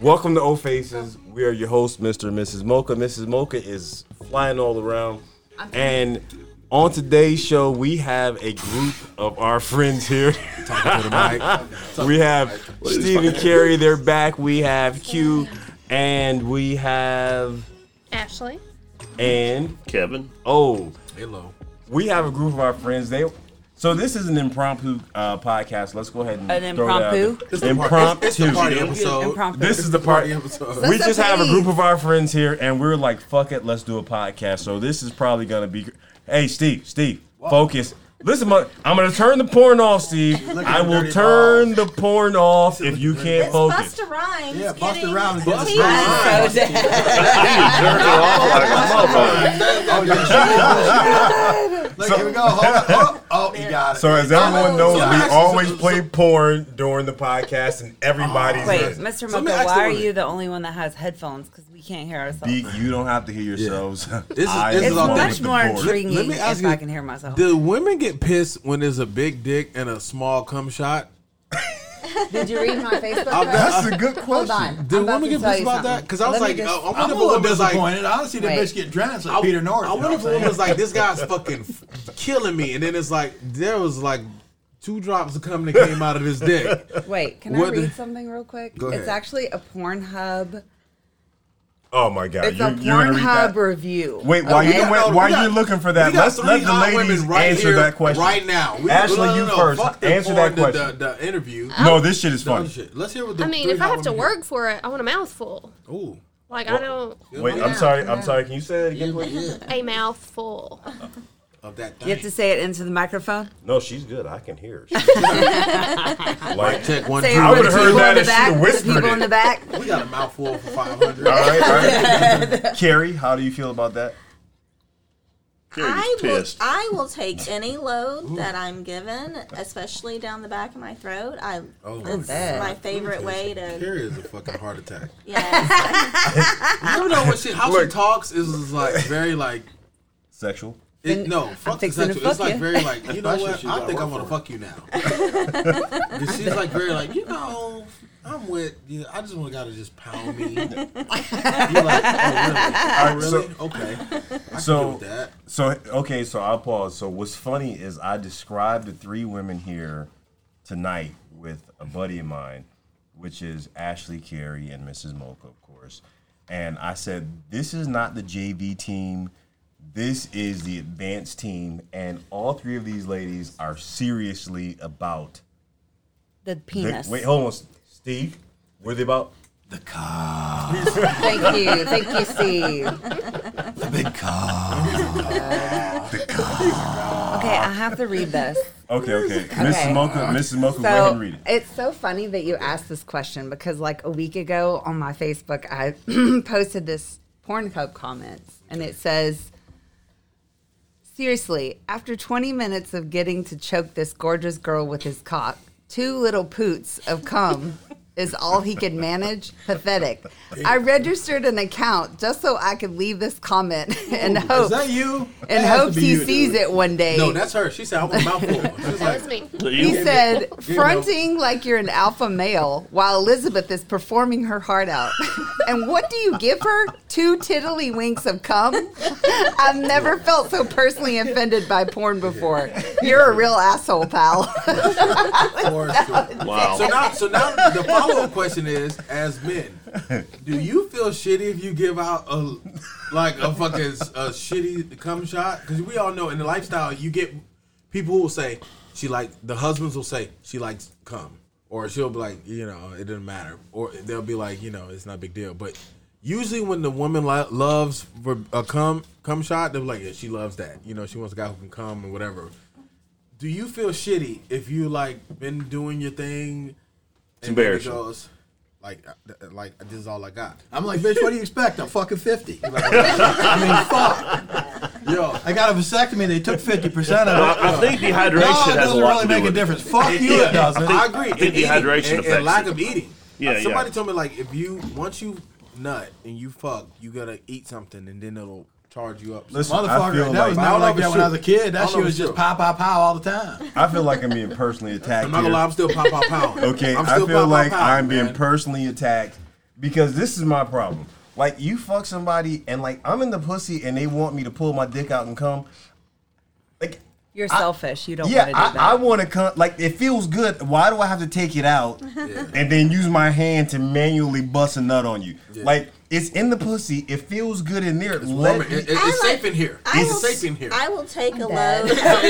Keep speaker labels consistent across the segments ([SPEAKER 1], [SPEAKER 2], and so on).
[SPEAKER 1] Welcome to Old Faces. We are your hosts, Mr. and Mrs. Mocha. Mrs. Mocha is flying all around. And on today's show, we have a group of our friends here. we have Steve and Carrie, they're back. We have Q, and we have
[SPEAKER 2] Ashley.
[SPEAKER 1] and
[SPEAKER 3] Kevin.
[SPEAKER 1] oh,
[SPEAKER 4] Hello.
[SPEAKER 1] we have a group of our friends. They so this is an impromptu uh, podcast. Let's go ahead and
[SPEAKER 5] An
[SPEAKER 1] throw it out there.
[SPEAKER 5] impromptu?
[SPEAKER 4] It's the
[SPEAKER 1] impromptu.
[SPEAKER 4] par- It's, it's the party
[SPEAKER 5] You get
[SPEAKER 4] episode.
[SPEAKER 5] impromptu.
[SPEAKER 1] This is the party
[SPEAKER 4] episode.
[SPEAKER 1] we
[SPEAKER 5] That's
[SPEAKER 1] just
[SPEAKER 5] okay.
[SPEAKER 1] have a group of our friends here, and we're like, "Fuck it, let's do a podcast." So this is probably gonna be. Hey, Steve, Steve, focus. Listen, mo- I'm gonna turn the porn off, Steve.
[SPEAKER 4] Look at
[SPEAKER 1] I
[SPEAKER 4] the
[SPEAKER 1] will
[SPEAKER 4] dirty
[SPEAKER 1] turn the porn off if you can't focus.
[SPEAKER 2] Busta Rhymes.
[SPEAKER 4] Yeah, Busta
[SPEAKER 2] getting
[SPEAKER 4] Rhymes.
[SPEAKER 2] teased.
[SPEAKER 4] Busta Rhymes.
[SPEAKER 5] So dead.
[SPEAKER 4] Oh, yeah. Look, here we go. Hold on. Oh, oh, he got it.
[SPEAKER 1] So as everyone knows, we
[SPEAKER 4] Yeah.
[SPEAKER 1] always play porn during the podcast, and everybody's
[SPEAKER 5] Wait,
[SPEAKER 1] in.
[SPEAKER 5] Mr.
[SPEAKER 4] Somebody
[SPEAKER 5] Mocha,
[SPEAKER 4] asked
[SPEAKER 5] why
[SPEAKER 4] the
[SPEAKER 5] are
[SPEAKER 4] woman.
[SPEAKER 5] you the only one that has headphones? Because we can't hear ourselves.
[SPEAKER 1] Be- You don't have to hear yourselves.
[SPEAKER 4] is-
[SPEAKER 1] I
[SPEAKER 4] this
[SPEAKER 1] am
[SPEAKER 4] is
[SPEAKER 5] it's
[SPEAKER 4] all
[SPEAKER 1] one with
[SPEAKER 4] thing
[SPEAKER 5] much
[SPEAKER 1] the
[SPEAKER 5] more
[SPEAKER 1] porn.
[SPEAKER 5] intriguing
[SPEAKER 6] Let me ask
[SPEAKER 5] if
[SPEAKER 6] you-
[SPEAKER 5] I can hear myself.
[SPEAKER 6] Do women get pissed when there's a big dick and a small cum shot?
[SPEAKER 5] Did you read my Facebook?
[SPEAKER 1] That's a good
[SPEAKER 5] Hold
[SPEAKER 1] question.
[SPEAKER 5] on.
[SPEAKER 6] Do
[SPEAKER 5] I'm about
[SPEAKER 6] women
[SPEAKER 5] to
[SPEAKER 6] get
[SPEAKER 5] tell
[SPEAKER 6] pissed
[SPEAKER 5] you
[SPEAKER 6] about
[SPEAKER 5] something.
[SPEAKER 6] that? Because I was
[SPEAKER 5] Let me
[SPEAKER 6] like,
[SPEAKER 5] just-
[SPEAKER 6] uh, I
[SPEAKER 4] I'm
[SPEAKER 6] wonder
[SPEAKER 4] a
[SPEAKER 6] if
[SPEAKER 4] little
[SPEAKER 6] woman was like,
[SPEAKER 4] disappointed. Honestly, the
[SPEAKER 5] Wait.
[SPEAKER 4] bitch get drenched like
[SPEAKER 6] I-
[SPEAKER 4] Peter Norris.
[SPEAKER 6] I
[SPEAKER 4] you know
[SPEAKER 6] wonder if
[SPEAKER 4] what
[SPEAKER 6] a
[SPEAKER 4] I'm
[SPEAKER 6] woman was
[SPEAKER 4] saying?
[SPEAKER 6] like, this guy's fucking f- killing me, and then it's like there was like two drops of cum that came out of this dick.
[SPEAKER 5] Wait, can
[SPEAKER 6] What
[SPEAKER 5] I
[SPEAKER 6] the-
[SPEAKER 5] read something real quick?
[SPEAKER 4] Go
[SPEAKER 5] It's
[SPEAKER 4] ahead.
[SPEAKER 5] actually a Pornhub.
[SPEAKER 1] Oh my god!
[SPEAKER 5] It's
[SPEAKER 1] you,
[SPEAKER 5] a
[SPEAKER 1] you're gonna read that.
[SPEAKER 5] Pornhub review.
[SPEAKER 1] Wait, while
[SPEAKER 5] okay?
[SPEAKER 1] you
[SPEAKER 6] No,
[SPEAKER 1] went,
[SPEAKER 6] we
[SPEAKER 1] while
[SPEAKER 6] got-
[SPEAKER 1] you're looking for
[SPEAKER 6] we
[SPEAKER 1] that,
[SPEAKER 6] got
[SPEAKER 1] let's
[SPEAKER 6] three
[SPEAKER 1] let the
[SPEAKER 6] hot women
[SPEAKER 1] ladies
[SPEAKER 6] right
[SPEAKER 1] answer
[SPEAKER 6] here,
[SPEAKER 1] that question.
[SPEAKER 6] right now. We-
[SPEAKER 1] Ashley, you first.
[SPEAKER 6] fuck the
[SPEAKER 1] Answer that
[SPEAKER 6] porn, the-
[SPEAKER 1] question.
[SPEAKER 6] The, the interview.
[SPEAKER 1] No, this shit is
[SPEAKER 6] The other
[SPEAKER 1] funny.
[SPEAKER 6] shit. Let's hear what the
[SPEAKER 2] I mean,
[SPEAKER 6] three
[SPEAKER 2] if I
[SPEAKER 6] hot
[SPEAKER 2] have to
[SPEAKER 6] women-
[SPEAKER 2] work for it, I want a mouthful.
[SPEAKER 6] Ooh.
[SPEAKER 2] Like I don't
[SPEAKER 1] Wait, I'm sorry. I'm sorry. Can you say that again, please?
[SPEAKER 2] a mouthful.
[SPEAKER 6] Of that
[SPEAKER 5] You have to
[SPEAKER 6] thing.
[SPEAKER 5] say it into the microphone.
[SPEAKER 1] No, she's good. I can hear her. like,
[SPEAKER 6] Check one,
[SPEAKER 5] Say
[SPEAKER 6] two.
[SPEAKER 5] it
[SPEAKER 1] I
[SPEAKER 5] for the
[SPEAKER 1] would've heard
[SPEAKER 5] people
[SPEAKER 1] that
[SPEAKER 5] in
[SPEAKER 1] if she'd
[SPEAKER 5] the back.
[SPEAKER 1] have
[SPEAKER 5] the
[SPEAKER 1] whispered
[SPEAKER 5] people in
[SPEAKER 1] it.
[SPEAKER 5] the back.
[SPEAKER 6] We got a mouthful for 500.
[SPEAKER 1] all right, all right. Carrie, how do you feel about that?
[SPEAKER 3] Gary's pissed.
[SPEAKER 7] will. I will take any load that I'm given, especially down the back of my throat. I.
[SPEAKER 6] Oh, let me
[SPEAKER 7] it's
[SPEAKER 6] tell you
[SPEAKER 5] God.
[SPEAKER 7] my
[SPEAKER 6] something.
[SPEAKER 7] favorite way to.
[SPEAKER 6] Carrie is a fucking heart attack.
[SPEAKER 7] Yes.
[SPEAKER 6] You never know what she, how she
[SPEAKER 1] Look.
[SPEAKER 6] talks is, is like very like
[SPEAKER 1] Sexual.
[SPEAKER 6] it, no fuck
[SPEAKER 5] fixing to
[SPEAKER 6] sexual. It's
[SPEAKER 5] fuck
[SPEAKER 6] like
[SPEAKER 5] you.
[SPEAKER 6] very like you know
[SPEAKER 4] That's what
[SPEAKER 6] what
[SPEAKER 4] she
[SPEAKER 6] I
[SPEAKER 4] gotta
[SPEAKER 6] think I
[SPEAKER 4] work
[SPEAKER 6] want to
[SPEAKER 4] for.
[SPEAKER 6] fuck you now. And she's like very like you know I'm with you. I just want to gotta just pound me. You're like oh
[SPEAKER 1] All right,
[SPEAKER 6] really?
[SPEAKER 1] so-
[SPEAKER 6] really? okay. I
[SPEAKER 1] so-
[SPEAKER 6] can do that.
[SPEAKER 1] So okay, so I'll pause. So what's funny is I described the three women here tonight with a buddy of mine, which is Ashley Carey and Mrs. Mocha, of course. And I said, This is not the JV team. This is the advanced team. And all three of these ladies are seriously about
[SPEAKER 5] The
[SPEAKER 1] They-
[SPEAKER 5] penis.
[SPEAKER 1] Wait, hold on, Steve. Were they about?
[SPEAKER 5] Thank you. Thank you, Steve. Okay, I have to read this.
[SPEAKER 1] Okay, okay. Mrs. Mocha, Mrs. Mocha, go ahead
[SPEAKER 5] So
[SPEAKER 1] and read it.
[SPEAKER 5] it's so funny that you asked this question because like a week ago on my Facebook, I posted this Pornhub comments and it says, "Seriously, after 20 minutes of getting to choke this gorgeous girl with his cock, two little poots of cum." Is all he could manage? Pathetic. I registered an account just so I could leave this comment and
[SPEAKER 6] Is
[SPEAKER 5] hope
[SPEAKER 6] that you?
[SPEAKER 5] and hopes he sees it one day.
[SPEAKER 6] No, that's her. She said I want a mouthful. She's
[SPEAKER 2] That
[SPEAKER 6] like
[SPEAKER 2] was me.
[SPEAKER 5] He
[SPEAKER 3] You-
[SPEAKER 5] said,
[SPEAKER 6] you know.
[SPEAKER 5] fronting like you're an alpha male while Elizabeth is performing her heart out. and what do you give her? Two tiddly winks of cum? I've never felt so personally offended by porn before. You're a real asshole, pal.
[SPEAKER 6] "Or so."
[SPEAKER 3] wow.
[SPEAKER 6] So now, so now the follow up question is: As men, do you feel shitty if you give out a like a fucking s- a shitty cum shot? Because we all know in the lifestyle, you get people who will say she like the husbands will say she likes cum, or she'll be like, you know, it doesn't matter, or they'll be like, you know, it's not a big deal. But usually when the woman lo- loves for a cum cum shot, they're like, yeah, she loves that. You know, she wants a guy who can cum or whatever. Do you feel shitty if you like been doing your thing? It's
[SPEAKER 3] embarrassing.
[SPEAKER 6] Goes, like, uh, th- like this is all I got.
[SPEAKER 4] I'm like, bitch, what do you expect? I'm fucking 50. I mean, fuck.
[SPEAKER 6] Yo,
[SPEAKER 4] I got a vasectomy. They took 50%
[SPEAKER 3] I,
[SPEAKER 4] of it.
[SPEAKER 3] I think
[SPEAKER 4] No,
[SPEAKER 3] dehydration
[SPEAKER 4] it
[SPEAKER 3] has a
[SPEAKER 4] doesn't
[SPEAKER 3] lot
[SPEAKER 4] really
[SPEAKER 3] to do
[SPEAKER 4] make a
[SPEAKER 3] with it.
[SPEAKER 4] difference. Fuck you,
[SPEAKER 6] yeah,
[SPEAKER 4] it doesn't.
[SPEAKER 6] I agree.
[SPEAKER 3] I think
[SPEAKER 6] And
[SPEAKER 3] dehydration
[SPEAKER 6] eating, and,
[SPEAKER 3] affects
[SPEAKER 6] and lack
[SPEAKER 3] it.
[SPEAKER 6] of eating. Uh,
[SPEAKER 3] Yeah, yeah.
[SPEAKER 6] Somebody told me like if you once you nut and you fuck, you gotta eat something and then it'll charge you up.
[SPEAKER 1] Listen, I feel
[SPEAKER 4] Motherfucker, that
[SPEAKER 1] like,
[SPEAKER 4] was
[SPEAKER 6] I
[SPEAKER 4] not
[SPEAKER 6] don't
[SPEAKER 4] like
[SPEAKER 6] know
[SPEAKER 4] that
[SPEAKER 6] for
[SPEAKER 4] when I was a
[SPEAKER 6] sure.
[SPEAKER 4] kid.
[SPEAKER 6] I
[SPEAKER 4] That
[SPEAKER 6] don't
[SPEAKER 4] shit
[SPEAKER 6] know
[SPEAKER 4] was
[SPEAKER 6] for
[SPEAKER 4] just
[SPEAKER 6] sure.
[SPEAKER 4] pow, pow, pow all the time.
[SPEAKER 1] I feel like I'm being personally attacked.
[SPEAKER 6] I'm not gonna
[SPEAKER 1] here.
[SPEAKER 6] lie, I'm still pop pop pound.
[SPEAKER 1] Okay,
[SPEAKER 6] I'm
[SPEAKER 1] i
[SPEAKER 6] still
[SPEAKER 1] feel
[SPEAKER 6] pop,
[SPEAKER 1] like
[SPEAKER 6] pop, pound,
[SPEAKER 1] I'm being
[SPEAKER 6] man.
[SPEAKER 1] personally attacked because this is my problem. Like you fuck somebody and like I'm in the pussy and they want me to pull my dick out and come. Like
[SPEAKER 5] You're selfish. You don't
[SPEAKER 1] yeah,
[SPEAKER 5] want to do that.
[SPEAKER 1] I, I want to come. Like it feels good. Why do I have to take it out and then use my hand to manually bust a nut on you? Like it's in the pussy. It feels good in there.
[SPEAKER 6] Warmer.
[SPEAKER 1] Let
[SPEAKER 6] It-
[SPEAKER 1] me-
[SPEAKER 6] it-
[SPEAKER 7] I
[SPEAKER 6] it's
[SPEAKER 7] like-
[SPEAKER 6] safe in here.
[SPEAKER 7] I
[SPEAKER 6] it's
[SPEAKER 7] will,
[SPEAKER 6] safe in here.
[SPEAKER 7] I will take a
[SPEAKER 5] dead.
[SPEAKER 7] load.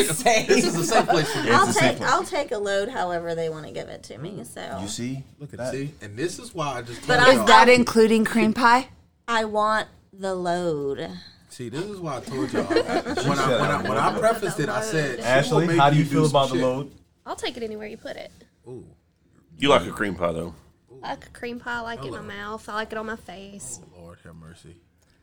[SPEAKER 6] this is a safe place for me.
[SPEAKER 1] It's
[SPEAKER 7] I'll
[SPEAKER 1] a safe
[SPEAKER 7] take
[SPEAKER 1] place.
[SPEAKER 7] I'll take a load however they want to give it to me. So
[SPEAKER 1] you see, look at that.
[SPEAKER 6] See, and this is why I just.
[SPEAKER 7] But
[SPEAKER 6] told
[SPEAKER 7] I-
[SPEAKER 6] y'all-
[SPEAKER 5] Is that including cream pie?
[SPEAKER 7] I want the load.
[SPEAKER 6] See, this is why I told y'all. when, I, when, I, when I prefaced it, I said, she will
[SPEAKER 1] Ashley,
[SPEAKER 6] make
[SPEAKER 1] how do you
[SPEAKER 6] do
[SPEAKER 1] feel
[SPEAKER 6] some
[SPEAKER 1] about the
[SPEAKER 6] shit.
[SPEAKER 1] load?
[SPEAKER 2] I'll take it anywhere you put it.
[SPEAKER 6] Ooh.
[SPEAKER 3] You like a cream pie though.
[SPEAKER 2] I like a cream pie. I like it in my mouth. I like it on my face.
[SPEAKER 6] Oh, Lord have mercy.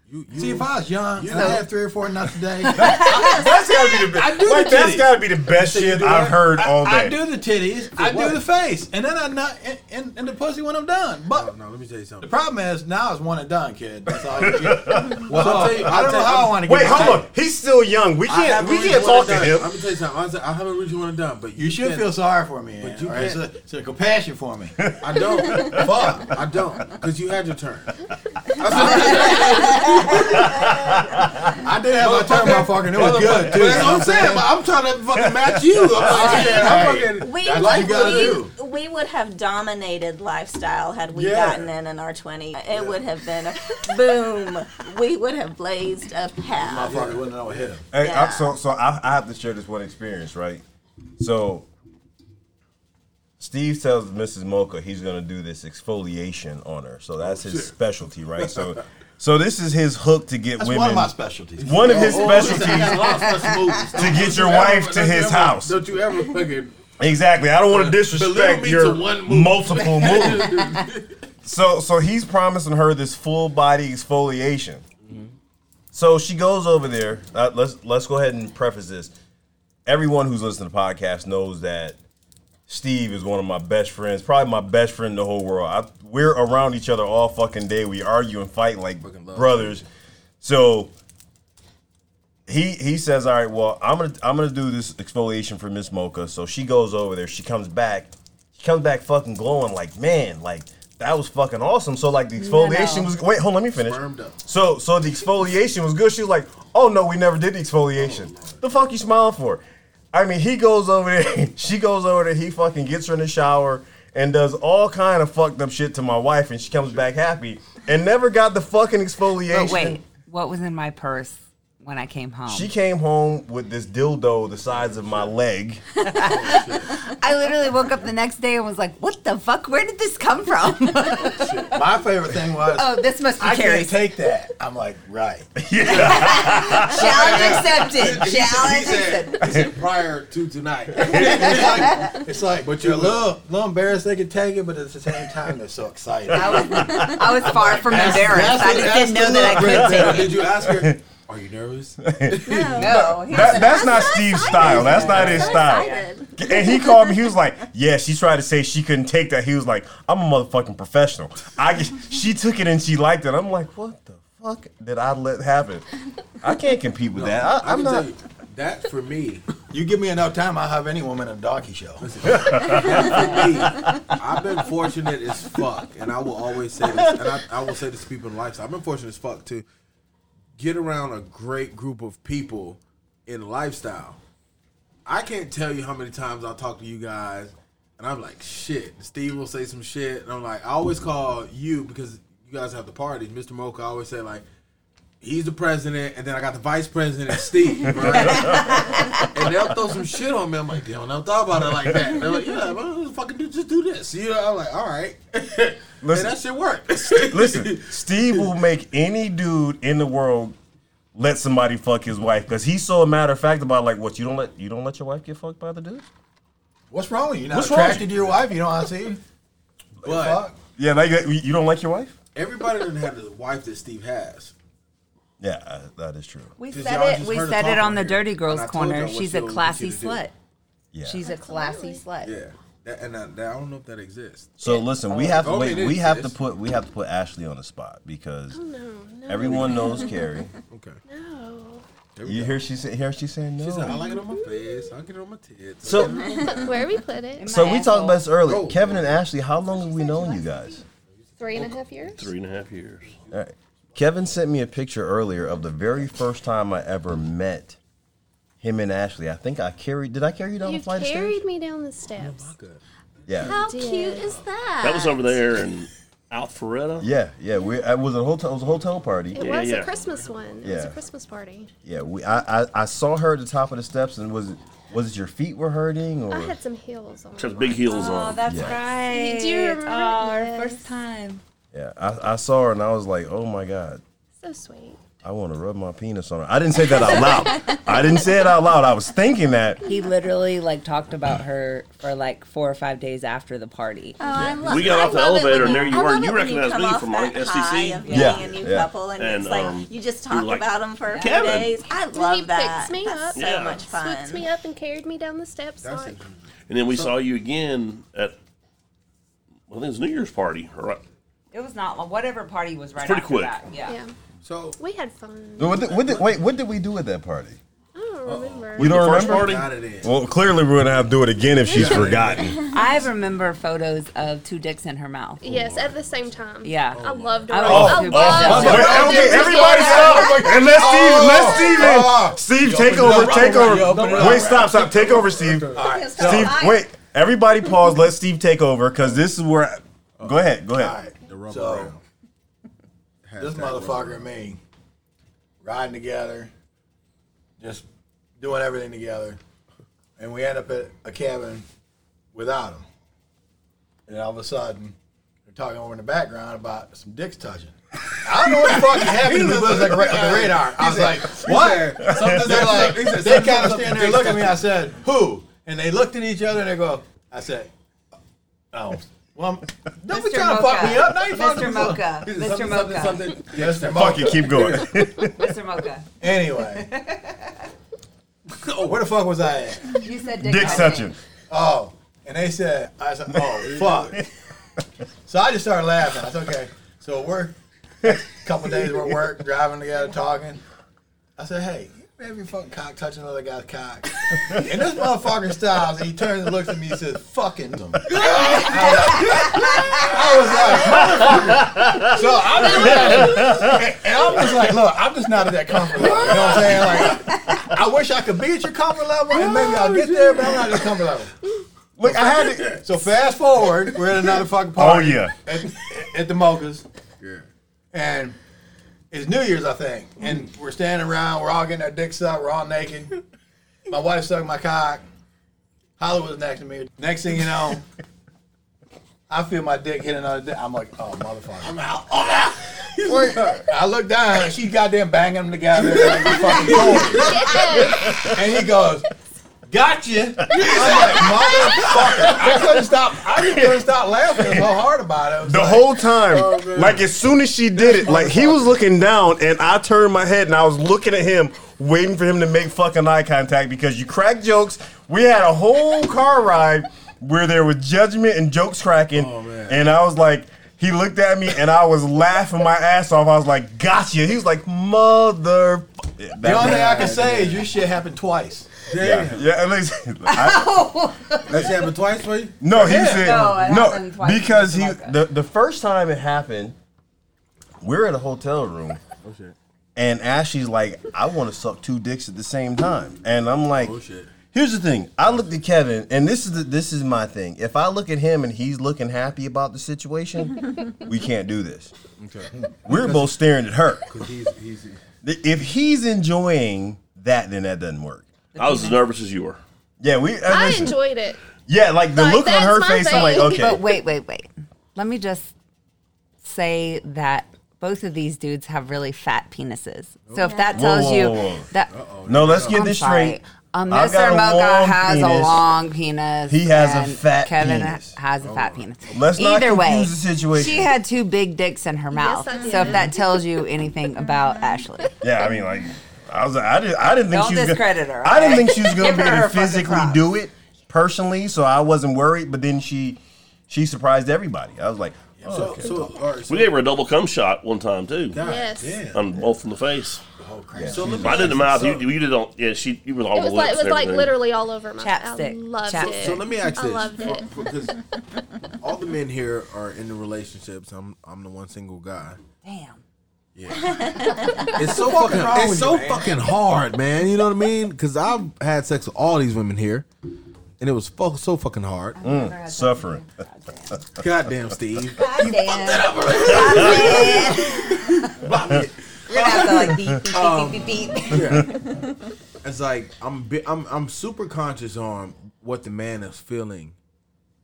[SPEAKER 6] You, you,
[SPEAKER 4] See, if I was young
[SPEAKER 6] You
[SPEAKER 4] and I
[SPEAKER 6] know-
[SPEAKER 4] had three or four nuts a day, I
[SPEAKER 1] That's gotta be the best.
[SPEAKER 4] do
[SPEAKER 1] Like
[SPEAKER 4] the
[SPEAKER 1] that's
[SPEAKER 4] titties.
[SPEAKER 1] gotta be the best shit I've heard all day.
[SPEAKER 4] I do the titties, I do the face, and then I nut in, in, in the pussy when I'm done. But
[SPEAKER 1] Oh.
[SPEAKER 6] no, let me tell you something.
[SPEAKER 4] the problem is now it's one and done, kid. That's all you get. well,
[SPEAKER 6] I'll
[SPEAKER 4] so,
[SPEAKER 6] tell you-
[SPEAKER 4] I
[SPEAKER 6] I'll tell
[SPEAKER 4] don't know
[SPEAKER 6] you-
[SPEAKER 4] how I
[SPEAKER 6] I'm-
[SPEAKER 4] want to get.
[SPEAKER 1] Wait,
[SPEAKER 4] it
[SPEAKER 1] hold
[SPEAKER 4] straight.
[SPEAKER 1] on. He's still young. We can't.
[SPEAKER 6] haven't
[SPEAKER 1] We
[SPEAKER 6] reached
[SPEAKER 1] can't
[SPEAKER 6] one
[SPEAKER 1] talk
[SPEAKER 6] and
[SPEAKER 1] to
[SPEAKER 6] done.
[SPEAKER 1] him.
[SPEAKER 6] I'm gonna tell you something. Honestly, I haven't reached one and done, but
[SPEAKER 4] You should
[SPEAKER 6] can-
[SPEAKER 4] feel sorry for me. But
[SPEAKER 6] you
[SPEAKER 4] you it's, a,
[SPEAKER 6] can't-
[SPEAKER 4] it's a compassion for me.
[SPEAKER 6] I don't. Fuck, I don't, because you had your turn. I
[SPEAKER 4] I did have my turn, motherfucker. and It was good too.
[SPEAKER 6] But that's what I'm saying. But I'm trying to fucking match you. I'm like, yeah, I'm fucking.
[SPEAKER 7] We
[SPEAKER 6] that's
[SPEAKER 7] would,
[SPEAKER 6] what you gotta
[SPEAKER 7] we,
[SPEAKER 6] do.
[SPEAKER 7] we would have dominated lifestyle had we
[SPEAKER 6] Yeah.
[SPEAKER 7] gotten in in our 20s. It would have been a boom. We would have blazed a path.
[SPEAKER 4] Motherfucker wouldn't know what hit him.
[SPEAKER 1] Hey,
[SPEAKER 7] Yeah.
[SPEAKER 1] I, so so I, I have to share this one experience, right? So Steve tells Mrs. Mocha he's gonna do this exfoliation on her. So that's
[SPEAKER 6] Oh,
[SPEAKER 1] his specialty, right? So so this is his hook to get
[SPEAKER 4] That's
[SPEAKER 1] women.
[SPEAKER 4] one of my Oh, specialties.
[SPEAKER 1] one of his
[SPEAKER 6] Oh, I got
[SPEAKER 1] specialties
[SPEAKER 6] a lot of special moves.
[SPEAKER 1] to get your
[SPEAKER 6] Don't
[SPEAKER 1] wife
[SPEAKER 6] ever-
[SPEAKER 1] to
[SPEAKER 6] don't
[SPEAKER 1] his
[SPEAKER 6] ever-
[SPEAKER 1] house.
[SPEAKER 6] Don't you ever fucking.
[SPEAKER 1] Exactly. I don't want to
[SPEAKER 6] Belittle
[SPEAKER 1] disrespect
[SPEAKER 6] me
[SPEAKER 1] your
[SPEAKER 6] to one move.
[SPEAKER 1] multiple moves. so so he's promising her this full body exfoliation. So she goes over there. Uh, let's let's go ahead and preface this. Everyone who's listening to the podcast knows that Steve is one of my best friends, probably my best friend in the whole world. I, we're around each other all fucking day. We argue and fight like
[SPEAKER 6] Fucking love.
[SPEAKER 1] brothers. So he he says, "All right, well, I'm gonna I'm gonna do this exfoliation for Miss Mocha." So she goes over there. She comes back. She comes back fucking glowing. Like man, like that was fucking awesome. So like the exfoliation was. Wait, hold on, let me finish.
[SPEAKER 6] Spermed up.
[SPEAKER 1] So so the exfoliation was good. She was like, "Oh no, we never did the exfoliation." the fuck you smiling for? I mean, he goes over there. she goes over there. He fucking gets her in the shower and does all kind of fucked up shit to my wife, and she comes back happy and never got the fucking exfoliation.
[SPEAKER 5] But Oh, wait, what was in my purse when I came home?
[SPEAKER 1] She came home with this dildo the size of my leg.
[SPEAKER 5] I literally woke up the next day and was like, "What the fuck? Where did this come from?"
[SPEAKER 4] My favorite thing was.
[SPEAKER 5] oh, this must be
[SPEAKER 4] I can't
[SPEAKER 5] Carrie's.
[SPEAKER 4] take that. I'm like, right.
[SPEAKER 5] Challenge accepted.
[SPEAKER 6] He
[SPEAKER 5] Challenge accepted.
[SPEAKER 6] said, he said prior to tonight.
[SPEAKER 4] It's like, it's like but
[SPEAKER 6] But
[SPEAKER 4] you're
[SPEAKER 6] you
[SPEAKER 4] a little, little embarrassed they can take it, but at the same time, they're so excited.
[SPEAKER 5] I was, I was far from embarrassed. I just didn't know that I could take
[SPEAKER 6] Did you ask her? Are you nervous?
[SPEAKER 5] it. No, he
[SPEAKER 1] That,
[SPEAKER 5] was-
[SPEAKER 1] that's not Steve's style. That's not his
[SPEAKER 7] So
[SPEAKER 1] style.
[SPEAKER 7] excited.
[SPEAKER 1] And he called me. He was like, "Yeah, she tried to say she couldn't take that." He was like, "I'm a motherfucking professional." I get- she took it and she liked it. I'm like, "What the fuck did I let happen?" I can't compete with that. I,
[SPEAKER 6] I
[SPEAKER 1] I'm
[SPEAKER 6] can
[SPEAKER 1] not.
[SPEAKER 6] tell you, that for me,
[SPEAKER 4] You give me enough time, I'll have any woman in a donkey show.
[SPEAKER 6] me, I've been fortunate as fuck, and I will always say this, and I, I will say this to people in life. I've been fortunate as fuck to get around a great group of people in lifestyle. I can't tell you how many times I talk to you guys, and I'm like, shit. Steve will say some shit, and I'm like, I always call you because you guys have the parties. Mr. Mocha I always say like. He's the president, and then I got the vice president, Steve. Right? and they'll throw some shit on me. I'm like, damn, I never thought about it like that. They're like, yeah, well, fucking do, just do this. You know, I'm like, all right.
[SPEAKER 1] Listen.
[SPEAKER 6] and that shit worked.
[SPEAKER 1] Listen, Steve will make any dude in the world let somebody fuck his wife because he's so matter of fact about like what you don't let you don't let your wife get fucked by the dude.
[SPEAKER 4] What's wrong with you? You're not
[SPEAKER 1] What's wrong with
[SPEAKER 4] attracted to your wife? You don't want to see?
[SPEAKER 6] but
[SPEAKER 1] Yeah, like you don't like your wife.
[SPEAKER 6] everybody doesn't have the wife that Steve has.
[SPEAKER 1] Yeah, uh, that is true.
[SPEAKER 5] we
[SPEAKER 6] Just
[SPEAKER 5] said
[SPEAKER 6] y'all
[SPEAKER 5] it.
[SPEAKER 6] just
[SPEAKER 5] We
[SPEAKER 6] heard her
[SPEAKER 5] said it
[SPEAKER 6] talk
[SPEAKER 5] on
[SPEAKER 6] on
[SPEAKER 5] the
[SPEAKER 6] here,
[SPEAKER 5] Dirty
[SPEAKER 6] and I
[SPEAKER 5] Girls
[SPEAKER 6] told y'all
[SPEAKER 5] corner.
[SPEAKER 6] what
[SPEAKER 5] She's
[SPEAKER 6] she
[SPEAKER 5] a
[SPEAKER 6] was
[SPEAKER 5] classy
[SPEAKER 6] looking to do.
[SPEAKER 5] slut.
[SPEAKER 1] Yeah.
[SPEAKER 5] She's a classy slut.
[SPEAKER 6] Yeah. That, and I, that, I don't know if that exists.
[SPEAKER 1] So listen, we have to
[SPEAKER 6] Oh,
[SPEAKER 1] wait.
[SPEAKER 6] it is,
[SPEAKER 1] We have
[SPEAKER 6] it
[SPEAKER 1] to
[SPEAKER 6] is.
[SPEAKER 1] put we have to put Ashley on the spot because
[SPEAKER 2] No, no,
[SPEAKER 1] everyone knows Carrie.
[SPEAKER 6] Okay.
[SPEAKER 2] no.
[SPEAKER 1] You hear she say, hear she saying no.
[SPEAKER 6] She said, I like it on my
[SPEAKER 5] Mm-hmm.
[SPEAKER 6] face. I get it on my tits.
[SPEAKER 1] so
[SPEAKER 2] Where we put it?
[SPEAKER 1] so we talked
[SPEAKER 8] asshole.
[SPEAKER 1] about this earlier.
[SPEAKER 6] Oh.
[SPEAKER 1] Kevin and Ashley, how long have we known you guys?
[SPEAKER 2] Three and a half years.
[SPEAKER 3] Three and a half years.
[SPEAKER 1] All right. Kevin sent me a picture earlier of the very first time I ever met him and Ashley. I think I carried. Did I carry you down
[SPEAKER 2] You
[SPEAKER 1] the flight of
[SPEAKER 2] carried
[SPEAKER 1] stairs?
[SPEAKER 2] me down the steps.
[SPEAKER 6] Good.
[SPEAKER 1] Yeah.
[SPEAKER 7] How cute is that?
[SPEAKER 3] That was over there in Alpharetta.
[SPEAKER 1] Yeah, yeah. We uh, it was a hotel. It was a hotel party.
[SPEAKER 2] It
[SPEAKER 3] Yeah,
[SPEAKER 2] was
[SPEAKER 3] yeah.
[SPEAKER 2] a Christmas one. It was a
[SPEAKER 1] Yeah.
[SPEAKER 2] Christmas party.
[SPEAKER 1] Yeah, we. I, I I saw her at the top of the steps, and was it was it your feet were hurting or?
[SPEAKER 2] I had some heels on.
[SPEAKER 3] She has big heels
[SPEAKER 5] Oh,
[SPEAKER 3] on.
[SPEAKER 5] that's
[SPEAKER 1] Yeah.
[SPEAKER 5] right.
[SPEAKER 2] Do you remember?
[SPEAKER 5] Oh, our
[SPEAKER 2] Yes.
[SPEAKER 5] first time.
[SPEAKER 1] yeah, I, I saw her and I was like, oh my god,
[SPEAKER 2] So sweet.
[SPEAKER 1] I want to rub my penis on her. I didn't say that out loud. I didn't say it out loud. I was thinking that.
[SPEAKER 5] He literally like talked about her for like four or five days after the party.
[SPEAKER 7] Oh, I lo-
[SPEAKER 3] We got
[SPEAKER 7] I
[SPEAKER 3] off the
[SPEAKER 7] love it
[SPEAKER 3] elevator
[SPEAKER 7] when
[SPEAKER 3] and there you
[SPEAKER 7] I
[SPEAKER 3] were. You
[SPEAKER 7] love it when
[SPEAKER 3] recognized
[SPEAKER 7] come
[SPEAKER 3] me
[SPEAKER 7] off
[SPEAKER 3] from
[SPEAKER 7] that
[SPEAKER 3] our
[SPEAKER 7] high
[SPEAKER 3] SDC.
[SPEAKER 7] of being
[SPEAKER 1] Yeah,
[SPEAKER 7] a new
[SPEAKER 1] yeah.
[SPEAKER 7] couple, and,
[SPEAKER 3] And,
[SPEAKER 7] it's like
[SPEAKER 3] um,
[SPEAKER 7] you just
[SPEAKER 3] you were
[SPEAKER 7] talk
[SPEAKER 3] like,
[SPEAKER 7] about them for a few
[SPEAKER 3] Kevin.
[SPEAKER 7] days. I
[SPEAKER 2] he
[SPEAKER 7] love that.
[SPEAKER 2] picks me
[SPEAKER 7] That's
[SPEAKER 2] up.
[SPEAKER 7] so
[SPEAKER 3] Yeah.
[SPEAKER 7] much fun.
[SPEAKER 2] Swooped me up and carried me down the steps.
[SPEAKER 6] That's
[SPEAKER 2] like,
[SPEAKER 6] it.
[SPEAKER 3] And then we saw you again at, well, I think it was New Year's party. All right.
[SPEAKER 5] It was not long. Whatever party was right
[SPEAKER 3] pretty
[SPEAKER 5] after
[SPEAKER 3] quick.
[SPEAKER 5] that. Yeah.
[SPEAKER 2] yeah,
[SPEAKER 6] So
[SPEAKER 2] we had fun.
[SPEAKER 1] What did- what did- wait, what did we do at that party?
[SPEAKER 2] I don't remember.
[SPEAKER 1] You don't
[SPEAKER 3] The first
[SPEAKER 1] remember?
[SPEAKER 3] party?
[SPEAKER 6] got it in.
[SPEAKER 1] Well, clearly we're gonna have to do it again if she's forgotten.
[SPEAKER 5] I remember photos of two dicks in her mouth.
[SPEAKER 2] Yes, at the same time.
[SPEAKER 5] Oh, Yeah.
[SPEAKER 2] I loved her.
[SPEAKER 5] I
[SPEAKER 2] I
[SPEAKER 5] was
[SPEAKER 2] loved
[SPEAKER 5] too busy.
[SPEAKER 2] her.
[SPEAKER 1] Okay, everybody stop! And let Steve, let Steve in. Steve, take over, take over. Wait, stop, stop, take over, Steve. Steve, wait. Everybody pause. Let Steve take over because this is where. Go ahead, go ahead.
[SPEAKER 6] The rubber
[SPEAKER 4] So-
[SPEAKER 6] round.
[SPEAKER 4] this
[SPEAKER 6] Hashtag rubber
[SPEAKER 4] motherfucker and me riding together, just doing everything together, and we end up at a cabin without him. And all of a sudden, they're talking over in the background about some dicks touching. I don't know what the fuck is happening, but it was like right on the radar. I was like, what? They're like, they kind of stand there and look at me. I said, who? And they looked at each other and they go, I said, oh. Well, I'm- don't be
[SPEAKER 5] Mr.
[SPEAKER 4] trying to fuck me
[SPEAKER 5] Mocha.
[SPEAKER 4] up. Now you fucking-
[SPEAKER 5] Mr. Mocha.
[SPEAKER 4] He said,
[SPEAKER 5] Mr.
[SPEAKER 4] "Something,
[SPEAKER 5] Mocha."
[SPEAKER 4] Something, something. Mr.
[SPEAKER 1] Fuck it, keep going.
[SPEAKER 5] Mr. Mocha,
[SPEAKER 4] Anyway. oh, where the fuck was I at?
[SPEAKER 5] you said dick,
[SPEAKER 1] Dick
[SPEAKER 5] touching.
[SPEAKER 1] Sutchin.
[SPEAKER 4] Oh, and they said, I said, oh, fuck. so I just started laughing. I said, okay. So we're a couple days we're at work, driving together, talking. I said, hey, you ever have your fucking cock touching another guy's cock. and this motherfucker stops and he turns and looks at me and says, fucking them. I was like, motherfucker. so I'm just like, and I'm just like, look, I'm just not at that comfort level. You know what I'm saying? Like, I wish I could be at your comfort level and maybe I'll get there, but I'm not at the comfort level.
[SPEAKER 1] Look, I had to.
[SPEAKER 4] So fast forward, we're at another fucking
[SPEAKER 1] Oh
[SPEAKER 4] party.
[SPEAKER 1] yeah.
[SPEAKER 4] At, at the Mocha's. And it's New Year's, I think. And we're standing around, we're all getting our dicks up, we're all naked. My wife sucked my cock. Hollywood's next to me. Next thing you know, I feel my dick hit another dick. I'm like, oh, motherfucker. I'm out. I'm out. I look down, and she's goddamn banging them together. Like a fucking toy. and he goes, Gotcha. I was like, motherfucker. I couldn't stop. I just couldn't stop laughing so hard about it. It was
[SPEAKER 1] The
[SPEAKER 4] like,
[SPEAKER 1] whole time, like as soon as she did it, like he was looking down, and I turned my head and I was looking at him, waiting for him to make fucking eye contact because you crack jokes. We had a whole car ride where there was judgment and jokes cracking, and I was like, he looked at me and I was laughing my ass off. I was like, "Gotcha!" He was like, "Mother."
[SPEAKER 4] The only thing I can say is your shit happened twice.
[SPEAKER 6] Damn.
[SPEAKER 1] yeah, at least I-
[SPEAKER 6] That shit happened twice for you?
[SPEAKER 1] no, he said
[SPEAKER 5] No, it
[SPEAKER 1] no,
[SPEAKER 5] happened twice.
[SPEAKER 1] because he
[SPEAKER 5] Okay.
[SPEAKER 1] the, the first time it happened, we're at a hotel room.
[SPEAKER 6] Oh, shit.
[SPEAKER 1] And Ashley's like, I want to suck two dicks at the same time. And I'm like,
[SPEAKER 6] Oh, shit.
[SPEAKER 1] here's the thing. I looked at Kevin, and this is the, this is my thing. If I look at him and he's looking happy about the situation, we can't do this. We're both staring at her.
[SPEAKER 6] He's, he's,
[SPEAKER 1] If he's enjoying that, then that doesn't work.
[SPEAKER 3] I was as nervous as you were.
[SPEAKER 1] Yeah, we.
[SPEAKER 2] I enjoyed
[SPEAKER 3] Oh,
[SPEAKER 2] it.
[SPEAKER 1] yeah, like the
[SPEAKER 2] Like,
[SPEAKER 1] look on
[SPEAKER 2] that's
[SPEAKER 1] her
[SPEAKER 2] my
[SPEAKER 1] face. I'm like,
[SPEAKER 2] thing.
[SPEAKER 1] okay.
[SPEAKER 5] But wait, wait, wait. Let me just say that both of these dudes have really fat penises. So if that
[SPEAKER 1] Whoa,
[SPEAKER 5] tells
[SPEAKER 1] whoa,
[SPEAKER 5] you
[SPEAKER 1] whoa.
[SPEAKER 5] that
[SPEAKER 1] no, let's get
[SPEAKER 5] I'm
[SPEAKER 1] this
[SPEAKER 5] sorry.
[SPEAKER 1] straight.
[SPEAKER 5] Um,
[SPEAKER 1] I've got
[SPEAKER 5] Mr.
[SPEAKER 1] a
[SPEAKER 5] Mocha
[SPEAKER 1] long
[SPEAKER 5] has a
[SPEAKER 1] penis.
[SPEAKER 5] long penis.
[SPEAKER 1] He has a
[SPEAKER 5] and
[SPEAKER 1] fat
[SPEAKER 5] Kevin
[SPEAKER 1] penis. Oh,
[SPEAKER 5] has a fat penis.
[SPEAKER 1] Let's not
[SPEAKER 5] Either way,
[SPEAKER 1] confuse the situation.
[SPEAKER 5] she had two big dicks in her mouth.
[SPEAKER 2] I
[SPEAKER 5] so if
[SPEAKER 2] did.
[SPEAKER 5] that tells you anything about Ashley,
[SPEAKER 1] Yeah, I mean, like, I was, I didn't, I didn't think
[SPEAKER 5] Don't
[SPEAKER 1] she was
[SPEAKER 5] discredit
[SPEAKER 1] gonna,
[SPEAKER 5] her,
[SPEAKER 1] I didn't
[SPEAKER 5] alright?
[SPEAKER 1] think she was gonna be
[SPEAKER 5] Give her
[SPEAKER 1] able to
[SPEAKER 5] her fucking
[SPEAKER 1] physically
[SPEAKER 5] props.
[SPEAKER 1] do it personally, so I wasn't worried. But then she, she surprised everybody. I was like,
[SPEAKER 6] So, so, all right, so,
[SPEAKER 3] We gave her a double cum shot one time too,
[SPEAKER 6] God
[SPEAKER 2] Yes.
[SPEAKER 6] damn.
[SPEAKER 3] on both in the face.
[SPEAKER 6] So let me
[SPEAKER 3] I did the
[SPEAKER 6] ask-
[SPEAKER 3] mouth.
[SPEAKER 6] so-
[SPEAKER 3] you, you did on. Yeah, she. You were all
[SPEAKER 2] It was
[SPEAKER 3] the
[SPEAKER 2] like it
[SPEAKER 3] lips
[SPEAKER 2] was
[SPEAKER 3] and
[SPEAKER 2] like
[SPEAKER 3] everything.
[SPEAKER 2] literally all over my I
[SPEAKER 5] Chapstick.
[SPEAKER 2] loved
[SPEAKER 5] Chapstick.
[SPEAKER 2] it.
[SPEAKER 6] So let me ask
[SPEAKER 2] I
[SPEAKER 6] this.
[SPEAKER 2] loved
[SPEAKER 6] For-
[SPEAKER 2] it.
[SPEAKER 6] for- 'cause all the men here are in the relationships. I'm I'm the one single guy.
[SPEAKER 5] Damn.
[SPEAKER 6] It's so fucking it's so fucking hard, man. You know what I mean? Because I've had sex with all these women here, and it was fuck, so fucking hard.
[SPEAKER 1] Suffering.
[SPEAKER 6] Goddamn, Steve.
[SPEAKER 5] God damn. We're gonna have to like beep, beep, beep, beep, beep, beep.
[SPEAKER 6] It's like I'm bi- I'm I'm super conscious on what the man is feeling,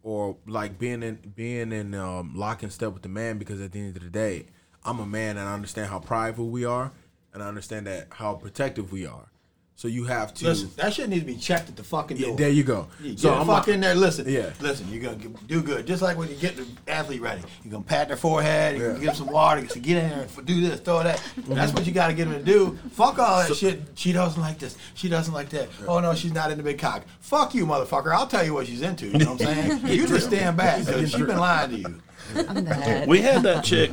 [SPEAKER 6] or like being in being in um, lock and step with the man because at the end of the day, I'm a man and I understand how prideful we are, and I understand that how protective we are. So you have to.
[SPEAKER 4] Listen, that shit need to be checked at the fucking door.
[SPEAKER 6] Yeah, there you go.
[SPEAKER 4] You
[SPEAKER 6] So
[SPEAKER 4] get the
[SPEAKER 6] I'm
[SPEAKER 4] fuck
[SPEAKER 6] a-
[SPEAKER 4] in there. Listen,
[SPEAKER 6] Yeah.
[SPEAKER 4] listen. You're gonna get- do good, just like when you get the athlete ready. You're gonna pat their forehead. You're
[SPEAKER 6] Yeah.
[SPEAKER 4] gonna give them some water. You get in there and f- do this, throw that. That's what you gotta get them to do. Fuck all that shit. She doesn't like this. She doesn't like that. Oh no, she's not into big cock. Fuck you, motherfucker. I'll tell you what she's into. You know what I'm saying? you just stand back because she's been lying to you.
[SPEAKER 5] I'm dead.
[SPEAKER 3] We had that chick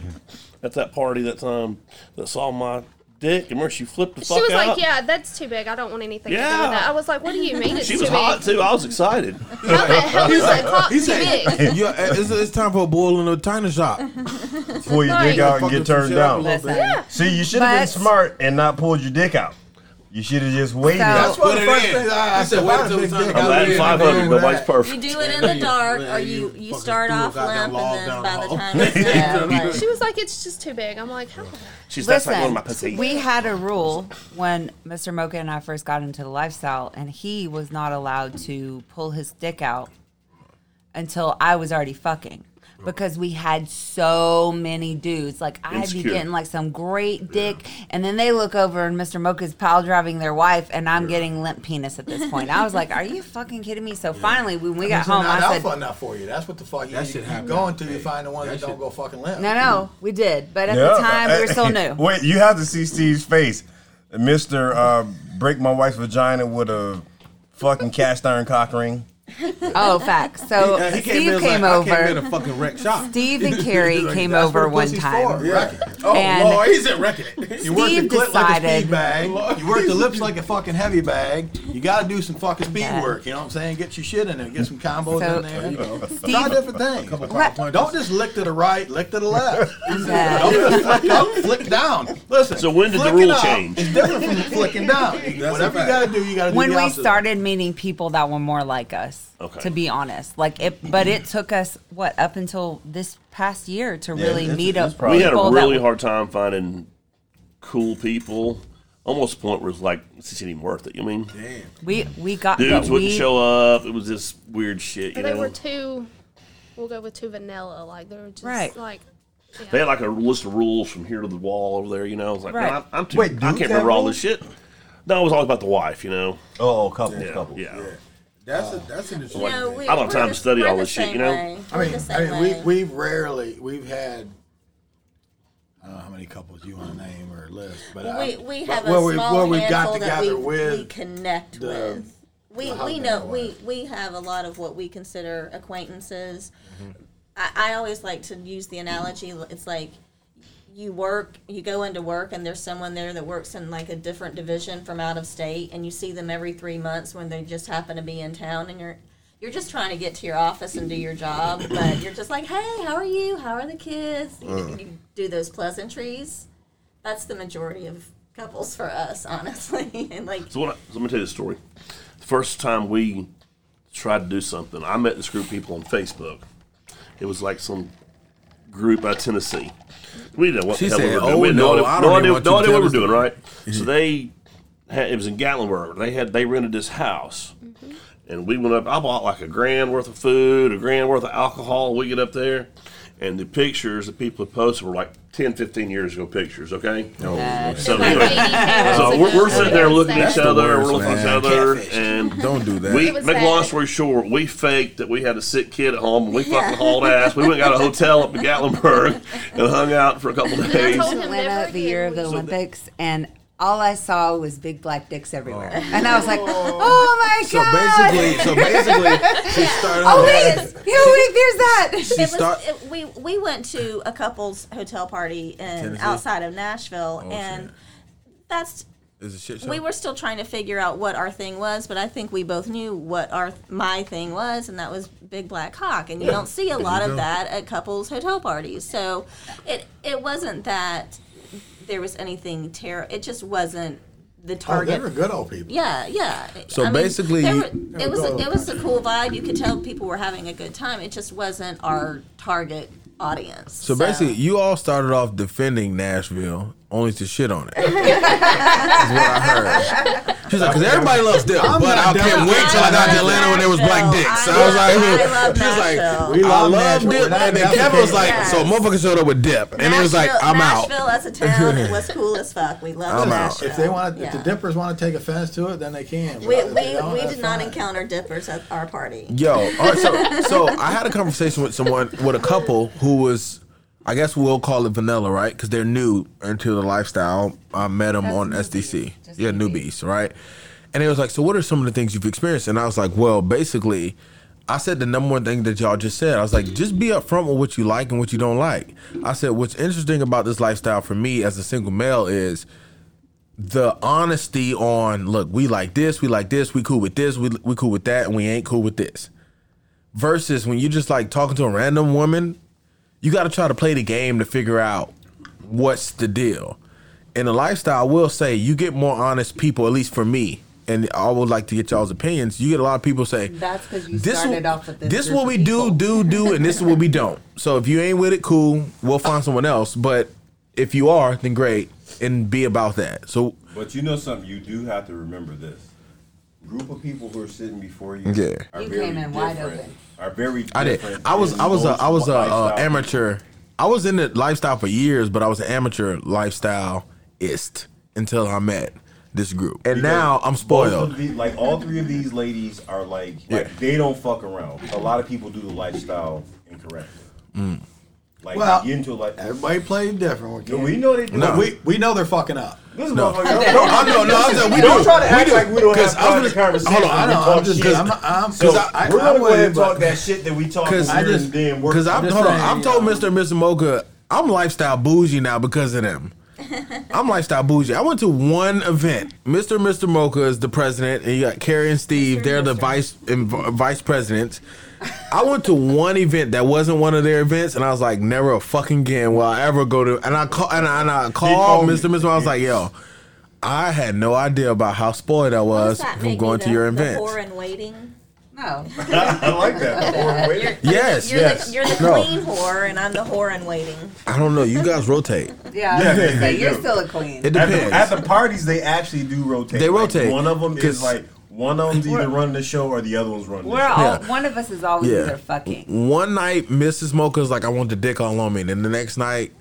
[SPEAKER 3] at that party that time that saw my dick and where she flipped the
[SPEAKER 2] She
[SPEAKER 3] fuck
[SPEAKER 2] was
[SPEAKER 3] out.
[SPEAKER 2] like, "Yeah, that's too big. I don't want anything to do
[SPEAKER 3] Yeah.
[SPEAKER 2] with that." I was like, "What do you mean it's
[SPEAKER 3] She
[SPEAKER 2] too
[SPEAKER 3] was
[SPEAKER 2] big?
[SPEAKER 3] hot too. I was excited.
[SPEAKER 2] How the hell is that top too big?"
[SPEAKER 6] yeah, it's, it's time for a boil in a tiny shop.
[SPEAKER 1] Pull your
[SPEAKER 2] Right.
[SPEAKER 1] dick out and get turned down.
[SPEAKER 5] Listen.
[SPEAKER 1] See, you should have been
[SPEAKER 5] But-
[SPEAKER 1] smart and not pulled your dick out. You should have just waited.
[SPEAKER 5] So-
[SPEAKER 4] That's one of
[SPEAKER 6] Put
[SPEAKER 4] the
[SPEAKER 6] it
[SPEAKER 4] first
[SPEAKER 6] in.
[SPEAKER 4] things I, I
[SPEAKER 6] He said,
[SPEAKER 4] said.
[SPEAKER 6] wait
[SPEAKER 4] Why
[SPEAKER 6] until
[SPEAKER 4] the big
[SPEAKER 6] it's
[SPEAKER 4] dick?
[SPEAKER 6] time.
[SPEAKER 3] I'm
[SPEAKER 4] out
[SPEAKER 3] adding
[SPEAKER 4] there?
[SPEAKER 6] Yeah,
[SPEAKER 3] five
[SPEAKER 6] yeah,
[SPEAKER 3] hundred. Nobody's
[SPEAKER 6] yeah.
[SPEAKER 7] You
[SPEAKER 3] perfect.
[SPEAKER 7] do it in the dark,
[SPEAKER 6] Yeah,
[SPEAKER 7] or
[SPEAKER 6] you
[SPEAKER 7] you you
[SPEAKER 6] fucking
[SPEAKER 7] start
[SPEAKER 6] threw a
[SPEAKER 7] off
[SPEAKER 6] goddamn
[SPEAKER 7] limp,
[SPEAKER 6] log
[SPEAKER 7] and then
[SPEAKER 6] down
[SPEAKER 7] by
[SPEAKER 6] the
[SPEAKER 7] the
[SPEAKER 6] hall.
[SPEAKER 7] time it's done,
[SPEAKER 2] She
[SPEAKER 7] like,
[SPEAKER 2] was like, "It's just too big." I'm like, "How?"
[SPEAKER 3] She's that's like one of my
[SPEAKER 5] Listen,
[SPEAKER 3] pussy.
[SPEAKER 5] we had a rule when Mr. Mocha and I first got into the lifestyle, and he was not allowed to pull his dick out until I was already fucking. Because we had so many dudes, like I'd be
[SPEAKER 3] Insecure.
[SPEAKER 5] getting like some great dick, and then they look over and Mr. Mocha's pile driving their wife, and I'm getting limp penis at this point. I was like, "Are you fucking kidding me?" So finally, when we got
[SPEAKER 4] It's not
[SPEAKER 5] home, I said,
[SPEAKER 4] alpha enough for you. That's what the fuck.
[SPEAKER 6] That
[SPEAKER 4] you
[SPEAKER 6] shit
[SPEAKER 4] keep
[SPEAKER 6] happened.
[SPEAKER 4] going till you
[SPEAKER 6] Hey,
[SPEAKER 4] find the one
[SPEAKER 6] that
[SPEAKER 4] that,
[SPEAKER 6] shit-
[SPEAKER 4] don't go fucking limp.
[SPEAKER 5] "No, no, we did," but at the time we were still new.
[SPEAKER 1] Wait, you have to see Steve's face. Mister, uh, break my wife's vagina with a fucking cast iron cock ring.
[SPEAKER 5] Oh, facts. So
[SPEAKER 6] Yeah, he
[SPEAKER 5] Steve
[SPEAKER 6] in
[SPEAKER 5] came
[SPEAKER 6] like, I
[SPEAKER 5] over.
[SPEAKER 6] came in a fucking wreck shop.
[SPEAKER 5] Steve and Carrie came
[SPEAKER 4] That's
[SPEAKER 5] over
[SPEAKER 4] what
[SPEAKER 5] one
[SPEAKER 4] pussy's
[SPEAKER 5] time.
[SPEAKER 4] for, wreck it.
[SPEAKER 6] Oh
[SPEAKER 5] And-
[SPEAKER 6] lord, he's in wrecking it.
[SPEAKER 4] You work the
[SPEAKER 5] Steve
[SPEAKER 4] clit like a
[SPEAKER 5] decided-
[SPEAKER 4] speed bag. You work the lips like a fucking heavy bag. You got to do some fucking speed
[SPEAKER 5] Yeah.
[SPEAKER 4] work. You know what I'm saying? Get your shit in there. Get some combos
[SPEAKER 5] So-
[SPEAKER 4] in there. You know,
[SPEAKER 5] Steve-
[SPEAKER 4] try different things.
[SPEAKER 5] What?
[SPEAKER 4] Don't just lick to the right, lick to the left.
[SPEAKER 5] Yeah.
[SPEAKER 4] Don't just flick up, flick down. Listen.
[SPEAKER 3] So when did the
[SPEAKER 4] flicking
[SPEAKER 3] rule
[SPEAKER 4] up
[SPEAKER 3] change?
[SPEAKER 4] It's different from flicking down.
[SPEAKER 6] a
[SPEAKER 4] Whatever you
[SPEAKER 6] fact.
[SPEAKER 4] got to do, you got to do.
[SPEAKER 5] When
[SPEAKER 4] the
[SPEAKER 5] we
[SPEAKER 4] opposite.
[SPEAKER 5] started meeting people that were more like us,
[SPEAKER 3] Okay.
[SPEAKER 5] to be honest, like it, but it took us what up until this past year to really
[SPEAKER 1] it's-
[SPEAKER 5] meet
[SPEAKER 1] it's
[SPEAKER 5] up.
[SPEAKER 1] probably-
[SPEAKER 3] We had a
[SPEAKER 5] people that
[SPEAKER 3] really
[SPEAKER 5] were-
[SPEAKER 3] hard time finding cool people. Almost to the point where it's like this isn't even worth it. You mean
[SPEAKER 5] We we got
[SPEAKER 3] dudes
[SPEAKER 5] but
[SPEAKER 3] wouldn't
[SPEAKER 5] we,
[SPEAKER 3] show up. It was just weird shit. You
[SPEAKER 2] They were
[SPEAKER 3] know,
[SPEAKER 2] too. We'll go with too vanilla. Like they were just
[SPEAKER 5] Right.
[SPEAKER 2] like.
[SPEAKER 3] they had like a list of rules from here to the wall over there. You know, I was like,
[SPEAKER 5] Right.
[SPEAKER 3] man, I- I'm too.
[SPEAKER 1] Wait,
[SPEAKER 3] I
[SPEAKER 1] dudes
[SPEAKER 3] can't
[SPEAKER 1] have
[SPEAKER 3] remember all
[SPEAKER 1] rules?
[SPEAKER 3] this shit. No, it was all about the wife. You know,
[SPEAKER 1] Oh, couple,
[SPEAKER 3] yeah,
[SPEAKER 1] couple.
[SPEAKER 3] yeah.
[SPEAKER 6] That's a, that's an interesting.
[SPEAKER 7] you know, we,
[SPEAKER 3] I don't have
[SPEAKER 7] we're
[SPEAKER 3] time
[SPEAKER 7] the-
[SPEAKER 3] to study
[SPEAKER 7] we're
[SPEAKER 3] all
[SPEAKER 7] the
[SPEAKER 3] this shit,
[SPEAKER 7] same
[SPEAKER 3] you know?
[SPEAKER 7] way.
[SPEAKER 4] I
[SPEAKER 7] We're
[SPEAKER 4] mean,
[SPEAKER 7] the
[SPEAKER 4] I
[SPEAKER 7] same
[SPEAKER 4] mean, we
[SPEAKER 7] way.
[SPEAKER 4] we've rarely we've had. I don't know how many couples you want to name or list, but
[SPEAKER 7] we
[SPEAKER 4] I,
[SPEAKER 7] we have
[SPEAKER 4] where
[SPEAKER 7] a
[SPEAKER 4] uh, we-
[SPEAKER 7] small
[SPEAKER 4] where we've got
[SPEAKER 7] handful that we,
[SPEAKER 4] together with
[SPEAKER 7] we connect
[SPEAKER 4] the-
[SPEAKER 7] with. We,
[SPEAKER 4] the
[SPEAKER 7] we
[SPEAKER 4] husband
[SPEAKER 7] know
[SPEAKER 4] and
[SPEAKER 7] we, we have a lot of what we consider acquaintances.
[SPEAKER 4] Mm-hmm.
[SPEAKER 7] I, I always like to use the analogy. It's like you work, you go into work, and there's someone there that works in like a different division from out of state, and you see them every three months when they just happen to be in town, and you're you're just trying to get to your office and do your job, but you're just like, hey, how are you? How are the kids? You,
[SPEAKER 4] Mm.
[SPEAKER 7] you do those pleasantries. That's the majority of couples for us, honestly, and like
[SPEAKER 3] So, what I, so let me tell you the story. The first time we tried to do something, I met this group of people on Facebook. It was like some group out of Tennessee. We didn't know what
[SPEAKER 6] She
[SPEAKER 3] the hell
[SPEAKER 6] said,
[SPEAKER 3] we were doing.
[SPEAKER 6] "Oh,
[SPEAKER 3] we had
[SPEAKER 6] no,
[SPEAKER 3] no,
[SPEAKER 6] I
[SPEAKER 3] idea,
[SPEAKER 6] don't
[SPEAKER 3] no
[SPEAKER 6] even
[SPEAKER 3] idea,
[SPEAKER 6] want you to
[SPEAKER 3] no idea what
[SPEAKER 6] tell
[SPEAKER 3] we were
[SPEAKER 6] us
[SPEAKER 3] doing, right? So they had, it was in Gatlinburg. They had they rented this house, and we went up. I bought like a grand worth of food, a grand worth of alcohol. We get up there. And the pictures that people had posted were like 10, 15 years ago pictures, okay?
[SPEAKER 6] Oh,
[SPEAKER 5] Uh,
[SPEAKER 3] So
[SPEAKER 2] Like
[SPEAKER 3] anyway,
[SPEAKER 2] 80 pounds
[SPEAKER 3] so
[SPEAKER 2] and
[SPEAKER 3] we're, we're
[SPEAKER 2] then-
[SPEAKER 3] sitting there looking at
[SPEAKER 2] That's
[SPEAKER 3] each
[SPEAKER 2] the
[SPEAKER 3] other,
[SPEAKER 6] worst,
[SPEAKER 3] we're looking at each
[SPEAKER 6] man.
[SPEAKER 3] other, and
[SPEAKER 6] Don't do that.
[SPEAKER 3] we
[SPEAKER 4] Oh
[SPEAKER 2] It was
[SPEAKER 3] make a long
[SPEAKER 2] bad.
[SPEAKER 3] story short, we faked that we had a sick kid at home. and We fucking hauled ass. We went and got a hotel up in Gatlinburg and hung out for a couple
[SPEAKER 2] I
[SPEAKER 3] days.
[SPEAKER 2] told him never
[SPEAKER 5] Atlanta the
[SPEAKER 2] again
[SPEAKER 5] year of
[SPEAKER 2] we
[SPEAKER 5] the
[SPEAKER 2] should-
[SPEAKER 5] Olympics, and all I saw was big black dicks everywhere, and I was like, "Oh my
[SPEAKER 9] So
[SPEAKER 5] god!"
[SPEAKER 9] basically, so basically, she started.
[SPEAKER 5] oh wait, it's- yeah, wait, there's that.
[SPEAKER 9] She
[SPEAKER 7] It
[SPEAKER 9] start-
[SPEAKER 7] was, it, we we went to a couple's hotel party in outside of Nashville, and that's
[SPEAKER 6] Is it shit show?
[SPEAKER 7] we were still trying to figure out what our thing was, but I think we both knew what our my thing was, and that was Big Black Hawk. And you don't see a lot of that at couples hotel parties, so it it wasn't that there was anything terrible. It just wasn't the
[SPEAKER 4] Oh, they
[SPEAKER 7] target.
[SPEAKER 4] were good old people.
[SPEAKER 7] yeah, yeah.
[SPEAKER 6] So
[SPEAKER 7] mean,
[SPEAKER 6] basically
[SPEAKER 7] they
[SPEAKER 6] you-
[SPEAKER 7] were- it was a, it was a cool vibe. You could tell people were having a good time. It just wasn't our target audience.
[SPEAKER 6] so basically, you all started off defending Nashville only to shit on it. That's what I heard. She's like, because everybody loves dick, but I can't wait till I got to Atlanta when there was black
[SPEAKER 7] Nashville.
[SPEAKER 6] dicks. So
[SPEAKER 7] I
[SPEAKER 6] I was like,
[SPEAKER 7] love- I love
[SPEAKER 6] she was like,
[SPEAKER 7] Nashville.
[SPEAKER 4] We
[SPEAKER 6] I
[SPEAKER 4] love
[SPEAKER 6] love
[SPEAKER 4] Nashville. We're
[SPEAKER 6] dip.
[SPEAKER 4] not
[SPEAKER 6] And then
[SPEAKER 4] Nashville
[SPEAKER 6] Kevin was like,
[SPEAKER 7] fans.
[SPEAKER 6] so motherfuckers showed up with dip. And it was like,
[SPEAKER 7] Nashville-
[SPEAKER 6] I'm out.
[SPEAKER 7] Nashville as a town it was cool as fuck. We loved
[SPEAKER 6] I'm out.
[SPEAKER 7] Nashville.
[SPEAKER 4] If they want, if
[SPEAKER 7] Yeah.
[SPEAKER 4] the dippers want to take offense to it, then they can.
[SPEAKER 7] We,
[SPEAKER 4] If
[SPEAKER 7] we,
[SPEAKER 4] they don't,
[SPEAKER 7] we
[SPEAKER 4] that's
[SPEAKER 7] did not
[SPEAKER 4] fine.
[SPEAKER 7] encounter dippers at our party.
[SPEAKER 6] Yo, all right, so so I had a conversation with someone, with a couple who was, I guess we'll call it vanilla, right? Because they're new into the lifestyle. I met them on SDC, yeah, newbies, right? And it was like, so what are some of the things you've experienced? And I was like, well, basically, I said the number one thing that y'all just said. I was like, just be upfront with what you like and what you don't like. I said, what's interesting about this lifestyle for me as a single male is the honesty on look we like this we like this we cool with this we, we cool with that and we ain't cool with this versus when you just like talking to a random woman you got to try to play the game to figure out what's the deal in the lifestyle i will say you get more honest people at least for me and i would like to get y'all's opinions you get a lot of people say
[SPEAKER 5] That's because you
[SPEAKER 6] this
[SPEAKER 5] started
[SPEAKER 6] will-
[SPEAKER 5] off with this.
[SPEAKER 6] this
[SPEAKER 5] group
[SPEAKER 6] what
[SPEAKER 5] of
[SPEAKER 6] we do,
[SPEAKER 5] people.
[SPEAKER 6] do, do, and this is what we don't. So if you ain't with it, cool. We'll find someone else. But if you are, then great, and be about that. So
[SPEAKER 10] But you know something, you do have to remember this. Group of people who are sitting before you
[SPEAKER 6] Yeah.
[SPEAKER 10] are
[SPEAKER 5] You
[SPEAKER 10] very
[SPEAKER 5] came in wide
[SPEAKER 10] different.
[SPEAKER 5] open.
[SPEAKER 10] Are very
[SPEAKER 6] I did.
[SPEAKER 10] different
[SPEAKER 6] I was
[SPEAKER 10] in
[SPEAKER 6] I was a I was a uh,
[SPEAKER 10] lifestyle.
[SPEAKER 6] amateur. I was in the lifestyle for years, but I was an amateur lifestyleist until I met this group, and now I'm
[SPEAKER 10] Both of
[SPEAKER 6] spoiled.
[SPEAKER 10] the- like all three of these ladies are like, like,
[SPEAKER 6] Yeah.
[SPEAKER 10] they don't fuck around. A lot of people do the lifestyle incorrectly.
[SPEAKER 6] Mm.
[SPEAKER 10] Like
[SPEAKER 4] Well,
[SPEAKER 10] they get into like
[SPEAKER 4] Everybody played different. with
[SPEAKER 10] No,
[SPEAKER 4] kids.
[SPEAKER 10] we know they do.
[SPEAKER 6] No.
[SPEAKER 4] we we know they're fucking up.
[SPEAKER 10] This motherfucker.
[SPEAKER 6] No, I know, no, I'm saying we
[SPEAKER 10] Don't
[SPEAKER 6] do.
[SPEAKER 10] try to act
[SPEAKER 6] we do.
[SPEAKER 10] like we don't
[SPEAKER 6] 'Cause
[SPEAKER 10] have
[SPEAKER 6] I was
[SPEAKER 10] private conversations.
[SPEAKER 6] Hold on, I
[SPEAKER 10] We
[SPEAKER 4] know,
[SPEAKER 10] talk
[SPEAKER 4] I'm just-
[SPEAKER 10] shit.
[SPEAKER 4] I'm- I'm-
[SPEAKER 10] 'Cause
[SPEAKER 4] 'cause I- I
[SPEAKER 10] we're gonna go ahead and
[SPEAKER 4] wouldn't,
[SPEAKER 10] talk
[SPEAKER 4] but-
[SPEAKER 10] that shit that we talk.
[SPEAKER 6] 'Cause
[SPEAKER 10] here
[SPEAKER 6] I
[SPEAKER 4] just-
[SPEAKER 10] and then work.
[SPEAKER 6] Because
[SPEAKER 4] I'm
[SPEAKER 6] I've
[SPEAKER 4] just
[SPEAKER 6] hold on,
[SPEAKER 4] saying,
[SPEAKER 6] I've
[SPEAKER 4] you
[SPEAKER 6] told
[SPEAKER 4] know.
[SPEAKER 6] Mr. and Mrs. Mocha I'm lifestyle bougie now because of them. I'm lifestyle bougie. I went to one event. Mr. and Mr. Mocha is the president, and you got Carrie and Steve. They're the vice and v- vice presidents. I went to one event that wasn't one of their events, and I was like, never a fucking again will I ever go to. And I call and I, and I called
[SPEAKER 10] called
[SPEAKER 6] Mr. and
[SPEAKER 10] me.
[SPEAKER 6] Mr. I was like, yo, I had no idea about how spoiled I
[SPEAKER 7] Does
[SPEAKER 6] was
[SPEAKER 7] that
[SPEAKER 6] from
[SPEAKER 7] make
[SPEAKER 6] going
[SPEAKER 7] you
[SPEAKER 6] to
[SPEAKER 7] the-
[SPEAKER 6] your
[SPEAKER 7] the
[SPEAKER 6] event.
[SPEAKER 7] whore in waiting.
[SPEAKER 5] No,
[SPEAKER 10] I like that. Or wait.
[SPEAKER 6] Yes,
[SPEAKER 7] You're
[SPEAKER 6] yes.
[SPEAKER 7] the, you're the
[SPEAKER 6] no,
[SPEAKER 7] queen whore, and I'm the whore in waiting.
[SPEAKER 6] I don't know. You guys rotate.
[SPEAKER 5] yeah, I was gonna
[SPEAKER 10] they
[SPEAKER 5] say, you're
[SPEAKER 10] do.
[SPEAKER 5] still a queen.
[SPEAKER 6] It
[SPEAKER 10] At
[SPEAKER 6] depends.
[SPEAKER 10] the, at the parties, they actually do rotate.
[SPEAKER 6] They
[SPEAKER 10] Like,
[SPEAKER 6] rotate,
[SPEAKER 10] one of them is
[SPEAKER 6] 'cause-
[SPEAKER 10] like one of them's either running the show or the other one's running. the
[SPEAKER 5] We're
[SPEAKER 10] show.
[SPEAKER 5] all
[SPEAKER 6] Yeah.
[SPEAKER 5] one of us is always
[SPEAKER 6] Yeah.
[SPEAKER 5] either fucking.
[SPEAKER 6] One night, Mrs. Mocha's like, I want the dick all on me. And then the next night,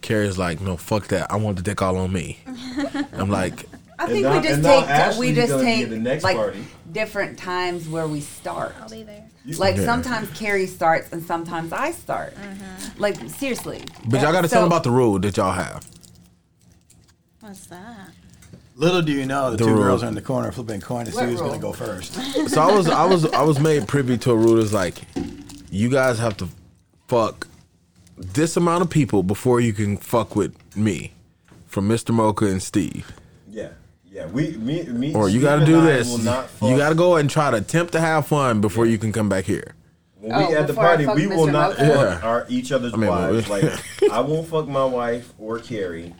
[SPEAKER 6] Carrie's like, no, fuck that. I want the dick all on me. I'm like,
[SPEAKER 5] I
[SPEAKER 10] And
[SPEAKER 5] think
[SPEAKER 10] now-
[SPEAKER 5] we just
[SPEAKER 10] and now
[SPEAKER 5] take we
[SPEAKER 10] Ashley's
[SPEAKER 5] just
[SPEAKER 10] gonna be at
[SPEAKER 5] take
[SPEAKER 10] the next
[SPEAKER 5] like
[SPEAKER 10] party.
[SPEAKER 5] different times where we start.
[SPEAKER 2] I'll be there.
[SPEAKER 5] Like
[SPEAKER 6] Yeah.
[SPEAKER 5] sometimes Carrie starts and sometimes I start. Like seriously.
[SPEAKER 6] but y'all got to
[SPEAKER 5] So-
[SPEAKER 6] tell them about the rule that y'all have.
[SPEAKER 7] What's that?
[SPEAKER 4] Little do you know, the,
[SPEAKER 6] The
[SPEAKER 4] two
[SPEAKER 6] rule.
[SPEAKER 4] girls are in the corner flipping coin to see
[SPEAKER 5] What
[SPEAKER 4] who's going
[SPEAKER 5] rule?
[SPEAKER 4] to go first.
[SPEAKER 6] So I was, I was, I was made privy to a rule that's like, you guys have to fuck this amount of people before you can fuck with me, from Mr. Mocha and Steve.
[SPEAKER 10] Yeah, yeah. We, me, me.
[SPEAKER 6] Or you
[SPEAKER 10] Steve
[SPEAKER 6] got to
[SPEAKER 10] and
[SPEAKER 6] do
[SPEAKER 10] I
[SPEAKER 6] this.
[SPEAKER 10] will not fuck.
[SPEAKER 6] You got to go and try to attempt to have fun before you can come back here.
[SPEAKER 10] When
[SPEAKER 5] Oh,
[SPEAKER 10] we at the
[SPEAKER 5] before I
[SPEAKER 10] party,
[SPEAKER 5] fuck
[SPEAKER 10] we will
[SPEAKER 5] Mr.
[SPEAKER 10] not
[SPEAKER 5] Mocha?
[SPEAKER 10] fuck
[SPEAKER 6] Yeah.
[SPEAKER 10] our each other's
[SPEAKER 6] mean,
[SPEAKER 10] wives.
[SPEAKER 6] well,
[SPEAKER 10] like I won't fuck my wife or Carrie,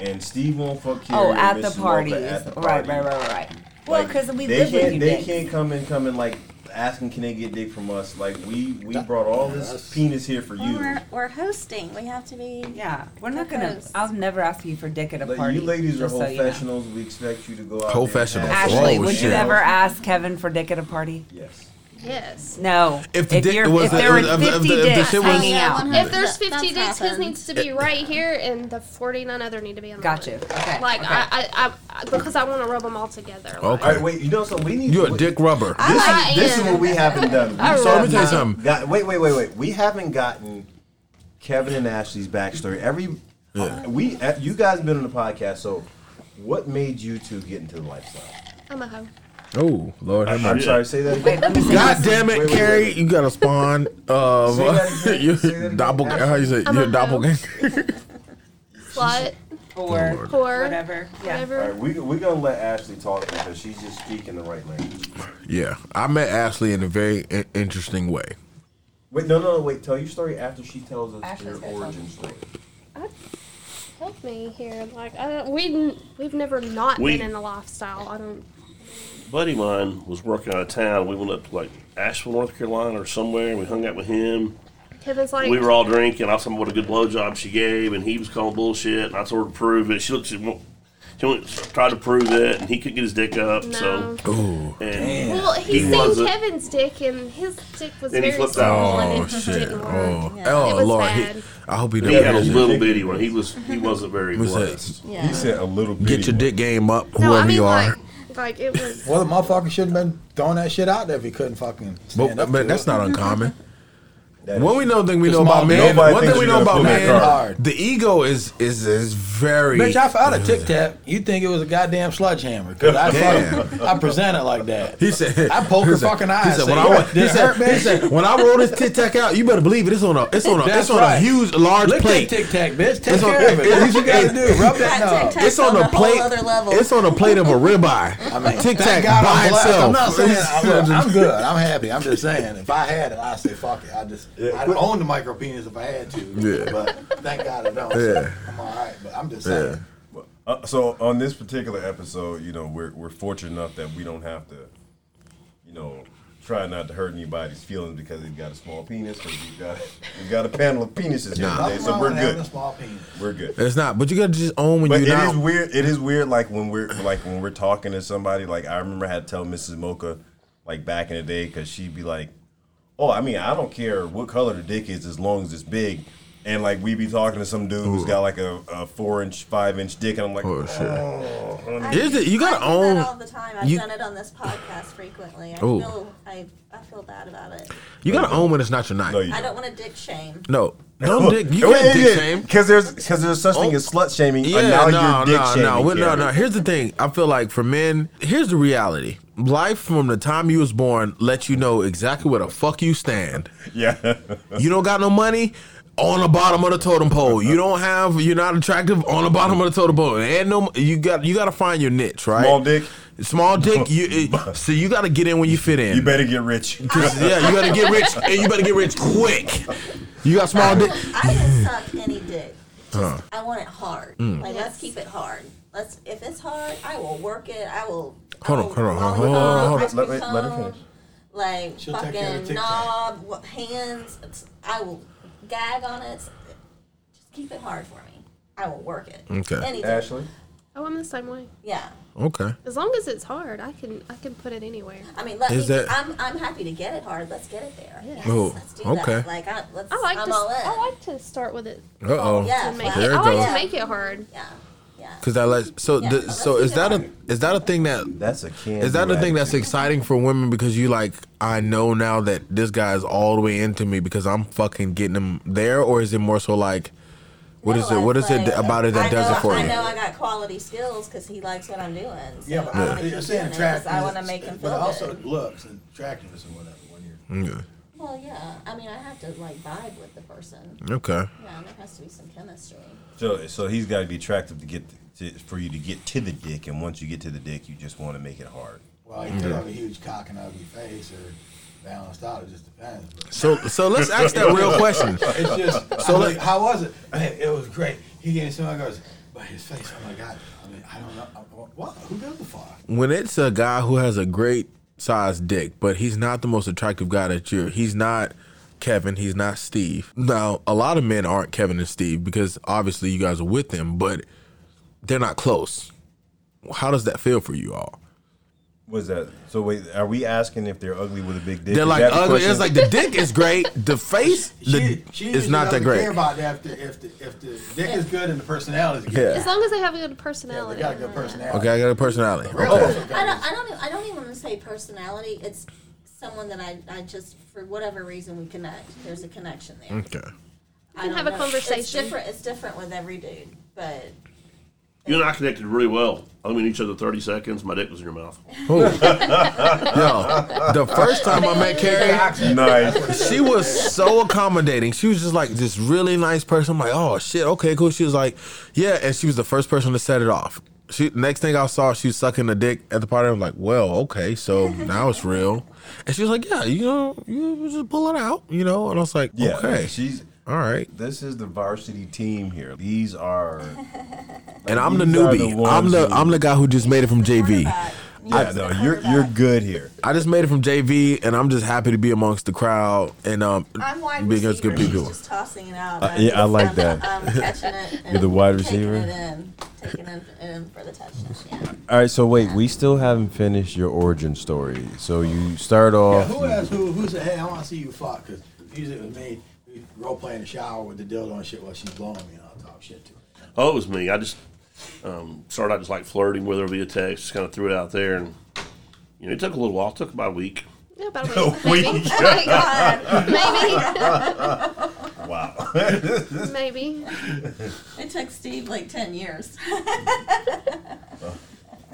[SPEAKER 10] and Steve won't fuck Carrie.
[SPEAKER 5] Oh,
[SPEAKER 10] or
[SPEAKER 5] at
[SPEAKER 10] Mrs.
[SPEAKER 5] the
[SPEAKER 10] Mocha
[SPEAKER 5] parties.
[SPEAKER 10] at the
[SPEAKER 5] Right,
[SPEAKER 10] party.
[SPEAKER 5] right, right, right. Well,
[SPEAKER 10] Like,
[SPEAKER 5] because we
[SPEAKER 10] they
[SPEAKER 5] live
[SPEAKER 10] can't,
[SPEAKER 5] with you.
[SPEAKER 10] They
[SPEAKER 5] Dick.
[SPEAKER 10] can't come and come and like asking can they get dick from us. Like we we brought all this penis here for you.
[SPEAKER 7] We're, we're hosting. We have to be.
[SPEAKER 5] Yeah, we're not gonna.
[SPEAKER 7] Because-
[SPEAKER 5] I'll never ask you for dick at a
[SPEAKER 10] Like,
[SPEAKER 5] party.
[SPEAKER 10] you ladies are
[SPEAKER 5] just
[SPEAKER 10] whole
[SPEAKER 5] so you know.
[SPEAKER 10] professionals. We expect you to go out.
[SPEAKER 6] Whole
[SPEAKER 10] there and
[SPEAKER 6] professionals.
[SPEAKER 10] have-
[SPEAKER 5] Ashley,
[SPEAKER 6] Oh,
[SPEAKER 5] would
[SPEAKER 6] shit.
[SPEAKER 5] you ever ask Kevin for dick at a party?
[SPEAKER 10] Yes.
[SPEAKER 2] Yes.
[SPEAKER 5] No.
[SPEAKER 6] If the dick
[SPEAKER 5] you're-
[SPEAKER 6] was-
[SPEAKER 5] if there were
[SPEAKER 6] if the- if the-
[SPEAKER 5] 50
[SPEAKER 6] if the
[SPEAKER 5] dicks
[SPEAKER 6] shit was-
[SPEAKER 5] hanging out.
[SPEAKER 2] If there's
[SPEAKER 7] That-
[SPEAKER 2] 50 dicks,
[SPEAKER 7] that's
[SPEAKER 2] his
[SPEAKER 7] happened.
[SPEAKER 2] needs to be right here, and the 49 other need to be on the
[SPEAKER 5] Gotcha.
[SPEAKER 2] line.
[SPEAKER 5] Okay.
[SPEAKER 2] Like
[SPEAKER 5] okay.
[SPEAKER 2] I, I, I, because I want to rub them all together.
[SPEAKER 6] Okay.
[SPEAKER 10] All right, wait. You know, so we need.
[SPEAKER 6] You a
[SPEAKER 10] we-
[SPEAKER 6] dick rubber.
[SPEAKER 10] This,
[SPEAKER 2] I
[SPEAKER 10] is, this is
[SPEAKER 2] am.
[SPEAKER 10] what we haven't done. We
[SPEAKER 2] I
[SPEAKER 6] So let me
[SPEAKER 2] rub
[SPEAKER 6] tell you
[SPEAKER 2] mine.
[SPEAKER 6] something.
[SPEAKER 10] Got, wait, wait, wait, wait. We haven't gotten Kevin and Ashley's backstory. Every we uh, you guys have been on the podcast, so What made you two get into the lifestyle?
[SPEAKER 2] I'm a hoe.
[SPEAKER 6] Oh, Lord have
[SPEAKER 10] I'm
[SPEAKER 6] mercy.
[SPEAKER 10] sorry, say that again.
[SPEAKER 5] Let me see.
[SPEAKER 6] God damn it, Carrie! You got a spawn of
[SPEAKER 4] Say that again.
[SPEAKER 6] your
[SPEAKER 4] Say that again.
[SPEAKER 6] doppelganger. How you say
[SPEAKER 2] I'm
[SPEAKER 6] your
[SPEAKER 2] a hoe.
[SPEAKER 6] doppelganger?
[SPEAKER 2] Slut,
[SPEAKER 7] or
[SPEAKER 2] whore, whatever.
[SPEAKER 7] whatever. Yeah.
[SPEAKER 10] All right,
[SPEAKER 2] whatever.
[SPEAKER 10] we we gonna let Ashley talk because she's just speaking the right language.
[SPEAKER 6] yeah, I met Ashley in a very i- interesting way.
[SPEAKER 10] Wait, no, no, no, wait. Tell your story after she tells us
[SPEAKER 5] Ashley's
[SPEAKER 10] your
[SPEAKER 5] gonna tell
[SPEAKER 10] origin story.
[SPEAKER 2] Help me here. Like I don't, we n- we've never not
[SPEAKER 3] We-
[SPEAKER 2] been in a lifestyle. I don't.
[SPEAKER 3] buddy of mine was working out of town. We went up to like Asheville, North Carolina, or somewhere. We hung out with him.
[SPEAKER 2] Kevin's like
[SPEAKER 3] We were all drinking. I told him what a good blowjob she gave, and he was calling bullshit. And I told her to prove it. She looked. She, went- she went, tried to prove it, and he could get his dick up.
[SPEAKER 2] no.
[SPEAKER 3] So
[SPEAKER 6] Ooh,
[SPEAKER 3] and
[SPEAKER 2] Well, he's
[SPEAKER 3] He
[SPEAKER 2] seen
[SPEAKER 3] wasn't.
[SPEAKER 2] Kevin's dick, and his dick was
[SPEAKER 3] Then he
[SPEAKER 2] very
[SPEAKER 3] flipped
[SPEAKER 2] small,
[SPEAKER 3] out.
[SPEAKER 2] and
[SPEAKER 6] oh
[SPEAKER 2] it just
[SPEAKER 6] shit!
[SPEAKER 2] didn't work.
[SPEAKER 6] Oh,
[SPEAKER 2] It
[SPEAKER 6] oh
[SPEAKER 2] was
[SPEAKER 6] Lord! He-
[SPEAKER 2] bad.
[SPEAKER 6] I hope he
[SPEAKER 3] he had a
[SPEAKER 6] doesn't.
[SPEAKER 3] little bitty one. He was he wasn't very
[SPEAKER 6] Was that-
[SPEAKER 3] blessed.
[SPEAKER 7] Yeah.
[SPEAKER 10] He said a little bit.
[SPEAKER 6] Get your dick game up,
[SPEAKER 2] No,
[SPEAKER 6] whoever
[SPEAKER 2] I mean
[SPEAKER 6] you are.
[SPEAKER 2] like, like it was.
[SPEAKER 4] Well, the motherfucker should have been throwing that shit out there if he couldn't fucking. Stand
[SPEAKER 6] but
[SPEAKER 4] up
[SPEAKER 6] but
[SPEAKER 4] to
[SPEAKER 6] that's
[SPEAKER 4] it.
[SPEAKER 6] not uncommon.
[SPEAKER 10] That
[SPEAKER 6] One
[SPEAKER 10] is-
[SPEAKER 6] we know thing we know
[SPEAKER 4] It's
[SPEAKER 6] about
[SPEAKER 4] small.
[SPEAKER 6] men.
[SPEAKER 10] Nobody
[SPEAKER 6] One
[SPEAKER 10] thinks
[SPEAKER 6] thing we
[SPEAKER 10] you
[SPEAKER 6] know
[SPEAKER 10] gotta
[SPEAKER 6] about
[SPEAKER 10] pull that
[SPEAKER 6] men.
[SPEAKER 4] card.
[SPEAKER 6] The ego is is is very.
[SPEAKER 4] Bitch, I found a tic tac. You think it was a goddamn sledgehammer because I fucking,
[SPEAKER 6] Damn.
[SPEAKER 4] I present it like that.
[SPEAKER 6] He said,
[SPEAKER 4] I poke
[SPEAKER 6] he
[SPEAKER 4] her
[SPEAKER 6] said-
[SPEAKER 4] fucking eyes.
[SPEAKER 6] He said,
[SPEAKER 4] Say,
[SPEAKER 6] when
[SPEAKER 4] "You
[SPEAKER 6] I, went-
[SPEAKER 4] want
[SPEAKER 6] he
[SPEAKER 4] this
[SPEAKER 6] said,
[SPEAKER 4] hurt, bitch?"
[SPEAKER 6] he said, when I roll this tic tac out, you better believe it. It's on a, it's on a,
[SPEAKER 4] That's
[SPEAKER 6] it's on a
[SPEAKER 4] right.
[SPEAKER 6] huge, large
[SPEAKER 4] Lick
[SPEAKER 6] plate.
[SPEAKER 4] that tic tac, bitch. Take
[SPEAKER 6] It's on-
[SPEAKER 4] care of it.
[SPEAKER 6] it-
[SPEAKER 4] That's what you gotta
[SPEAKER 6] it-
[SPEAKER 4] do. Rub that
[SPEAKER 7] That
[SPEAKER 4] knob.
[SPEAKER 7] tic-tac-
[SPEAKER 6] It's on
[SPEAKER 7] on
[SPEAKER 6] a
[SPEAKER 7] a whole
[SPEAKER 6] plate.
[SPEAKER 7] other level.
[SPEAKER 6] It's on a plate of a ribeye. I mean, tic tac
[SPEAKER 4] Thank God
[SPEAKER 6] by
[SPEAKER 4] I'm blessed.
[SPEAKER 6] itself.
[SPEAKER 4] I'm not saying I, look, I'm good. I'm happy. I'm just saying if I had it, I say fuck it. I just I'd own the micro penis if I had to.
[SPEAKER 6] Yeah.
[SPEAKER 4] But thank God I don't.
[SPEAKER 6] Yeah.
[SPEAKER 4] I'm all right. But I'm just saying.
[SPEAKER 10] Uh, so on this particular episode, you know, we're we're fortunate enough that we don't have to, you know, try not to hurt anybody's feelings because we've got a small penis. Because we've got we've got a panel of penises here
[SPEAKER 6] Nah.
[SPEAKER 10] today,
[SPEAKER 4] Nothing
[SPEAKER 10] so
[SPEAKER 4] wrong
[SPEAKER 10] we're
[SPEAKER 4] with having a
[SPEAKER 10] good.
[SPEAKER 4] small penis.
[SPEAKER 10] We're good.
[SPEAKER 6] It's not, but you gotta just own when
[SPEAKER 10] But
[SPEAKER 6] you're
[SPEAKER 10] it is
[SPEAKER 6] not.
[SPEAKER 10] weird. It is weird. Like when we're like when we're talking to somebody. Like I remember I had to tell Mrs. Mocha, like back in the day, because she'd be like, "Oh, I mean, I don't care what color the dick is as long as it's big." And like we be talking to some dude who's got like a, a four inch, five inch dick, and I'm like,
[SPEAKER 6] Oh, shit.
[SPEAKER 10] "Oh, honey."
[SPEAKER 6] Is it? You gotta
[SPEAKER 7] I do that all
[SPEAKER 6] own.
[SPEAKER 7] the time. I've
[SPEAKER 6] you- Oh.
[SPEAKER 7] done it on this podcast frequently. I
[SPEAKER 6] Ooh.
[SPEAKER 7] feel I, I feel bad about it.
[SPEAKER 6] You gotta own when it's not your night.
[SPEAKER 10] No, you
[SPEAKER 7] I
[SPEAKER 10] don't.
[SPEAKER 7] don't want to dick shame.
[SPEAKER 6] No, don't dick. You can't dick shame.
[SPEAKER 10] Because there's because there's such thing
[SPEAKER 6] Oh.
[SPEAKER 10] as slut shaming.
[SPEAKER 6] Yeah,
[SPEAKER 10] and now
[SPEAKER 6] no,
[SPEAKER 10] you're dick
[SPEAKER 6] no,
[SPEAKER 10] shaming.
[SPEAKER 6] no, Well, no,
[SPEAKER 10] Karen.
[SPEAKER 6] no. Here's the thing. I feel like for men, here's the reality. Life from the time you was born let you know exactly where the fuck you stand.
[SPEAKER 10] Yeah,
[SPEAKER 6] You don't got no money on the bottom of the totem pole. You don't have. You're not attractive on the bottom of the totem pole. And no, you got. You got to find your niche, right?
[SPEAKER 10] small dick.
[SPEAKER 6] Small dick. You. it- so you got to get in when you fit in.
[SPEAKER 10] You better get rich.
[SPEAKER 6] Yeah, you got to get rich, and you better get rich quick. You got small
[SPEAKER 7] I
[SPEAKER 6] dick.
[SPEAKER 7] will- I will suck any dick. Just, I want it hard.
[SPEAKER 6] Hmm.
[SPEAKER 7] Like let's keep it hard. Let's if it's hard, I will work it. I will. I
[SPEAKER 6] Hold on,
[SPEAKER 7] will
[SPEAKER 6] hold on, hold on,
[SPEAKER 7] lollipop,
[SPEAKER 6] hold on, hold on.
[SPEAKER 7] ice
[SPEAKER 10] Let-
[SPEAKER 7] cream
[SPEAKER 10] let- let her
[SPEAKER 7] cone,
[SPEAKER 10] finish.
[SPEAKER 7] Like
[SPEAKER 4] She'll take care of
[SPEAKER 7] fucking
[SPEAKER 4] the tic tac.
[SPEAKER 7] knob, wha- hands. It's- I will gag on it. Just keep it hard for me. I will work it.
[SPEAKER 6] Okay.
[SPEAKER 7] Any dick.
[SPEAKER 10] Ashley,
[SPEAKER 2] Oh, I'm the same way.
[SPEAKER 7] Yeah.
[SPEAKER 6] Okay.
[SPEAKER 2] As long as it's hard, I can I can put it anywhere.
[SPEAKER 7] I mean, let
[SPEAKER 6] Is
[SPEAKER 7] me.
[SPEAKER 6] that-
[SPEAKER 7] I'm I'm happy to get it hard. Let's get it there. Yes,
[SPEAKER 6] Oh,
[SPEAKER 7] let's do
[SPEAKER 6] okay.
[SPEAKER 7] that. Like I, let's,
[SPEAKER 2] I like
[SPEAKER 7] I'm
[SPEAKER 2] to
[SPEAKER 7] all in.
[SPEAKER 2] I like to start with it
[SPEAKER 6] Uh oh.
[SPEAKER 7] Yeah.
[SPEAKER 2] and make
[SPEAKER 7] There
[SPEAKER 2] it.
[SPEAKER 6] it
[SPEAKER 2] I like
[SPEAKER 6] goes.
[SPEAKER 2] to make it hard.
[SPEAKER 7] yeah. Yeah.
[SPEAKER 6] Cause that lets so
[SPEAKER 7] Yeah,
[SPEAKER 6] the, so is that a is that a thing that
[SPEAKER 10] that's a can.
[SPEAKER 6] is that
[SPEAKER 10] do
[SPEAKER 6] the thing that's
[SPEAKER 10] attitude.
[SPEAKER 6] exciting for women because you like I know now that this guy is all the way into me because I'm fucking getting him there or is it more so like what is
[SPEAKER 7] No,
[SPEAKER 6] it what is it
[SPEAKER 7] like,
[SPEAKER 6] about it
[SPEAKER 7] I
[SPEAKER 6] that does
[SPEAKER 7] know,
[SPEAKER 6] it for
[SPEAKER 7] I
[SPEAKER 6] you?
[SPEAKER 7] know I got quality skills because he likes what I'm doing. So
[SPEAKER 4] Yeah, but
[SPEAKER 7] I want to
[SPEAKER 4] you're
[SPEAKER 7] keep doing
[SPEAKER 4] saying
[SPEAKER 7] it 'cause I
[SPEAKER 4] attractiveness,
[SPEAKER 7] want to make him feel
[SPEAKER 4] but also
[SPEAKER 7] good.
[SPEAKER 4] looks and attractiveness and whatever. When you're
[SPEAKER 6] Yeah.
[SPEAKER 7] Well, yeah. I mean, I have to like vibe with the person.
[SPEAKER 6] Okay.
[SPEAKER 7] Yeah, and there has to be some chemistry.
[SPEAKER 10] So so he's got to be attractive to get to, for you to get to the dick, and once you get to the dick, you just want to make it hard.
[SPEAKER 4] well, you could have a huge cock and ugly face or balanced out. It just depends. But
[SPEAKER 6] So so let's ask that real question.
[SPEAKER 4] It's just so. Like, how was it? Man, it was great. He gave me some. I goes, but his face. Oh my god. I mean, I don't know. I- What? Who gives a fuck?
[SPEAKER 6] When it's a guy who has a great sized dick but he's not the most attractive guy that you're he's not Kevin, he's not Steve. Now, a lot of men aren't Kevin and Steve because obviously you guys are with them, but they're not close. How does that feel for you all?
[SPEAKER 10] What's that? So wait, are we asking if they're ugly with a big dick?
[SPEAKER 6] They're
[SPEAKER 10] Is
[SPEAKER 6] like
[SPEAKER 10] that the
[SPEAKER 6] ugly.
[SPEAKER 10] question?
[SPEAKER 6] It's like the dick is great. The face the, is
[SPEAKER 4] usually
[SPEAKER 6] not that
[SPEAKER 4] doesn't
[SPEAKER 6] great.
[SPEAKER 4] Care about that if the if the if the dick is good and the personality is good.
[SPEAKER 6] Yeah.
[SPEAKER 2] As long as they have a good
[SPEAKER 4] Yeah, they
[SPEAKER 2] personality.
[SPEAKER 4] got a good personality.
[SPEAKER 6] Okay, I got a personality. Okay.
[SPEAKER 4] Oh.
[SPEAKER 7] I don't. I don't. e, I don't even want to say personality. It's someone that I, I just for whatever reason we connect. There's a connection
[SPEAKER 6] Mm.
[SPEAKER 7] there.
[SPEAKER 6] Okay.
[SPEAKER 7] I
[SPEAKER 2] can
[SPEAKER 7] don't
[SPEAKER 2] have a
[SPEAKER 7] know.
[SPEAKER 2] conversation.
[SPEAKER 7] It's different. It's different with every dude, but
[SPEAKER 3] You and I connected really well. I mean, each other 30 seconds. My dick was in your mouth.
[SPEAKER 6] Yo, the first time I met Carrie,
[SPEAKER 10] Nice.
[SPEAKER 6] she was so accommodating. She was just like this really nice person. I'm like, oh shit, okay, cool. She was like, yeah, and she was the first person to set it off. She next thing I saw, she was sucking the dick at the party. I was like, well, okay, so now it's real. And she was like, yeah, you know, you just pull it out, you know. And I was like,
[SPEAKER 10] Yeah.
[SPEAKER 6] okay,
[SPEAKER 10] She's.
[SPEAKER 6] all right.
[SPEAKER 10] This is the varsity team here. These are.
[SPEAKER 6] And I'm the
[SPEAKER 10] These are the
[SPEAKER 6] newbie. I'm
[SPEAKER 10] ones
[SPEAKER 6] the
[SPEAKER 10] who-
[SPEAKER 6] I'm the guy who just made it from JV.
[SPEAKER 10] Yeah, no, you're you're good here.
[SPEAKER 6] I just made it from JV, and I'm just happy to be amongst the crowd and um
[SPEAKER 7] I'm wide
[SPEAKER 6] be
[SPEAKER 7] receiver.
[SPEAKER 6] against good
[SPEAKER 7] She's
[SPEAKER 6] people.
[SPEAKER 7] just tossing it out.
[SPEAKER 10] Uh, yeah, I
[SPEAKER 7] I'm-
[SPEAKER 10] like that.
[SPEAKER 7] I'm um, catching it. and
[SPEAKER 10] You're the wide
[SPEAKER 7] taking
[SPEAKER 10] receiver?
[SPEAKER 7] it in, Taking it in for the touchdown. Yeah.
[SPEAKER 10] All right, so wait, we still haven't finished your origin story. So you start
[SPEAKER 4] Yeah,
[SPEAKER 10] off.
[SPEAKER 4] who asked who? Who said, "Hey, I want to see you fuck"? Because usually it was me. We role play in the shower with the dildo and shit while she's blowing me, and I'll talk shit to her.
[SPEAKER 3] Oh, it was me. I just um, started out just like flirting with her via text. Just kind of threw it out there. And, you know, it took a little while. It took about a week.
[SPEAKER 2] Yeah, about a week. Maybe. Oh maybe.
[SPEAKER 10] wow.
[SPEAKER 2] Maybe.
[SPEAKER 7] It took Steve like 10 years.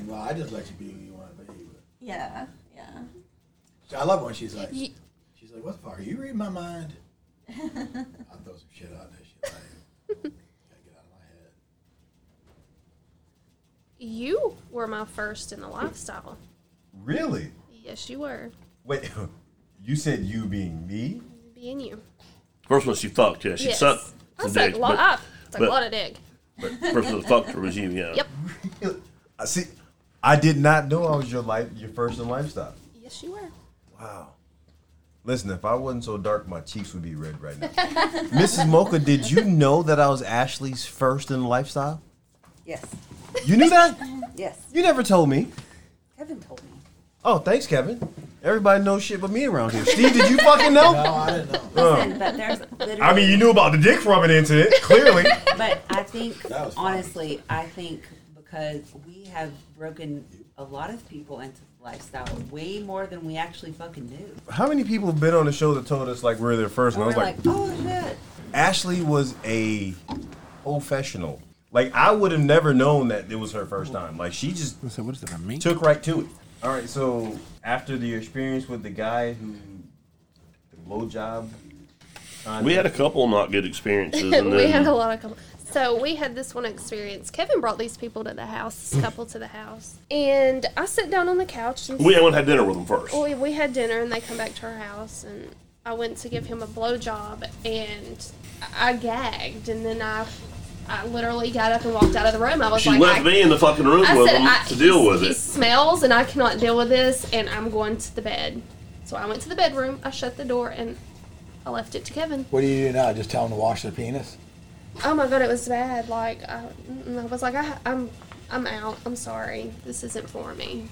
[SPEAKER 4] No, I just let you be who you want to be. But
[SPEAKER 7] yeah, yeah.
[SPEAKER 4] See, I love when she's like,
[SPEAKER 2] Ye-
[SPEAKER 4] she's like, "What the fuck? Are you reading my mind?" I throw some shit out there. Shit, like, gotta get out of my head.
[SPEAKER 2] You were my first in the lifestyle.
[SPEAKER 10] Really?
[SPEAKER 2] Yes, you were.
[SPEAKER 10] Wait. You said you being me?
[SPEAKER 2] Being you.
[SPEAKER 3] First one she fucked. Yeah, she
[SPEAKER 2] yes.
[SPEAKER 3] sucked.
[SPEAKER 2] I
[SPEAKER 3] some
[SPEAKER 2] suck
[SPEAKER 3] dick,
[SPEAKER 2] a lot.
[SPEAKER 3] but-
[SPEAKER 2] I suck a
[SPEAKER 3] but-
[SPEAKER 2] lot of dick.
[SPEAKER 3] But first one that fucked her was you. Yeah.
[SPEAKER 2] Yep.
[SPEAKER 10] I see. I did not know I was your life, your first in lifestyle.
[SPEAKER 2] Yes, you were.
[SPEAKER 10] Wow. Listen, if I wasn't so dark, my cheeks would be red right now. Mrs. Mocha, did you know that I was Ashley's first in lifestyle?
[SPEAKER 1] Yes.
[SPEAKER 10] You knew that?
[SPEAKER 1] Yes.
[SPEAKER 10] You never told me.
[SPEAKER 1] Kevin told me.
[SPEAKER 10] Oh, thanks, Kevin. Everybody knows shit but me around here. Steve, did you fucking know?
[SPEAKER 4] No, Oh, I didn't know.
[SPEAKER 1] Listen, but there's literally.
[SPEAKER 10] knew about the dick rubbing incident, clearly.
[SPEAKER 5] But I think,
[SPEAKER 4] That was fun.
[SPEAKER 5] honestly, I think because we have broken a lot of people into the lifestyle way more than we actually fucking knew.
[SPEAKER 10] How many people have been on the show that told us like we're their first? And
[SPEAKER 5] And
[SPEAKER 10] I
[SPEAKER 5] we're
[SPEAKER 10] was like,
[SPEAKER 5] like, oh shit.
[SPEAKER 10] Ashley was a professional. Like I would have never known that it was her first time. Like she just
[SPEAKER 6] So what does that mean?
[SPEAKER 10] took right to it. All right, so after the experience with the guy who the blowjob,
[SPEAKER 3] We had a couple not good experiences. And
[SPEAKER 2] we
[SPEAKER 3] then,
[SPEAKER 2] had a lot of couple. So we had this one experience. Kevin brought these people to the house, this couple to the house, and I sat down on the couch. And
[SPEAKER 3] we went and had dinner with them first.
[SPEAKER 2] we, we had dinner, and they come back to our house, and I went to give him a blowjob, and I I gagged, and then I, I literally got up and walked out of the room. I was
[SPEAKER 3] She
[SPEAKER 2] like,
[SPEAKER 3] left
[SPEAKER 2] I,
[SPEAKER 3] me in the fucking room
[SPEAKER 2] I
[SPEAKER 3] with
[SPEAKER 2] said,
[SPEAKER 3] them
[SPEAKER 2] I,
[SPEAKER 3] to deal
[SPEAKER 2] he-
[SPEAKER 3] with
[SPEAKER 2] he
[SPEAKER 3] it.
[SPEAKER 2] smells, and I cannot deal with this, and I'm going to the bed. So I went to the bedroom. I shut the door, and I left it to Kevin.
[SPEAKER 4] What do you do now? Just tell them to wash their penis?
[SPEAKER 2] Oh my god, it was bad. Like I, mm, I was like, I, I'm, I'm out. I'm sorry. This isn't for me.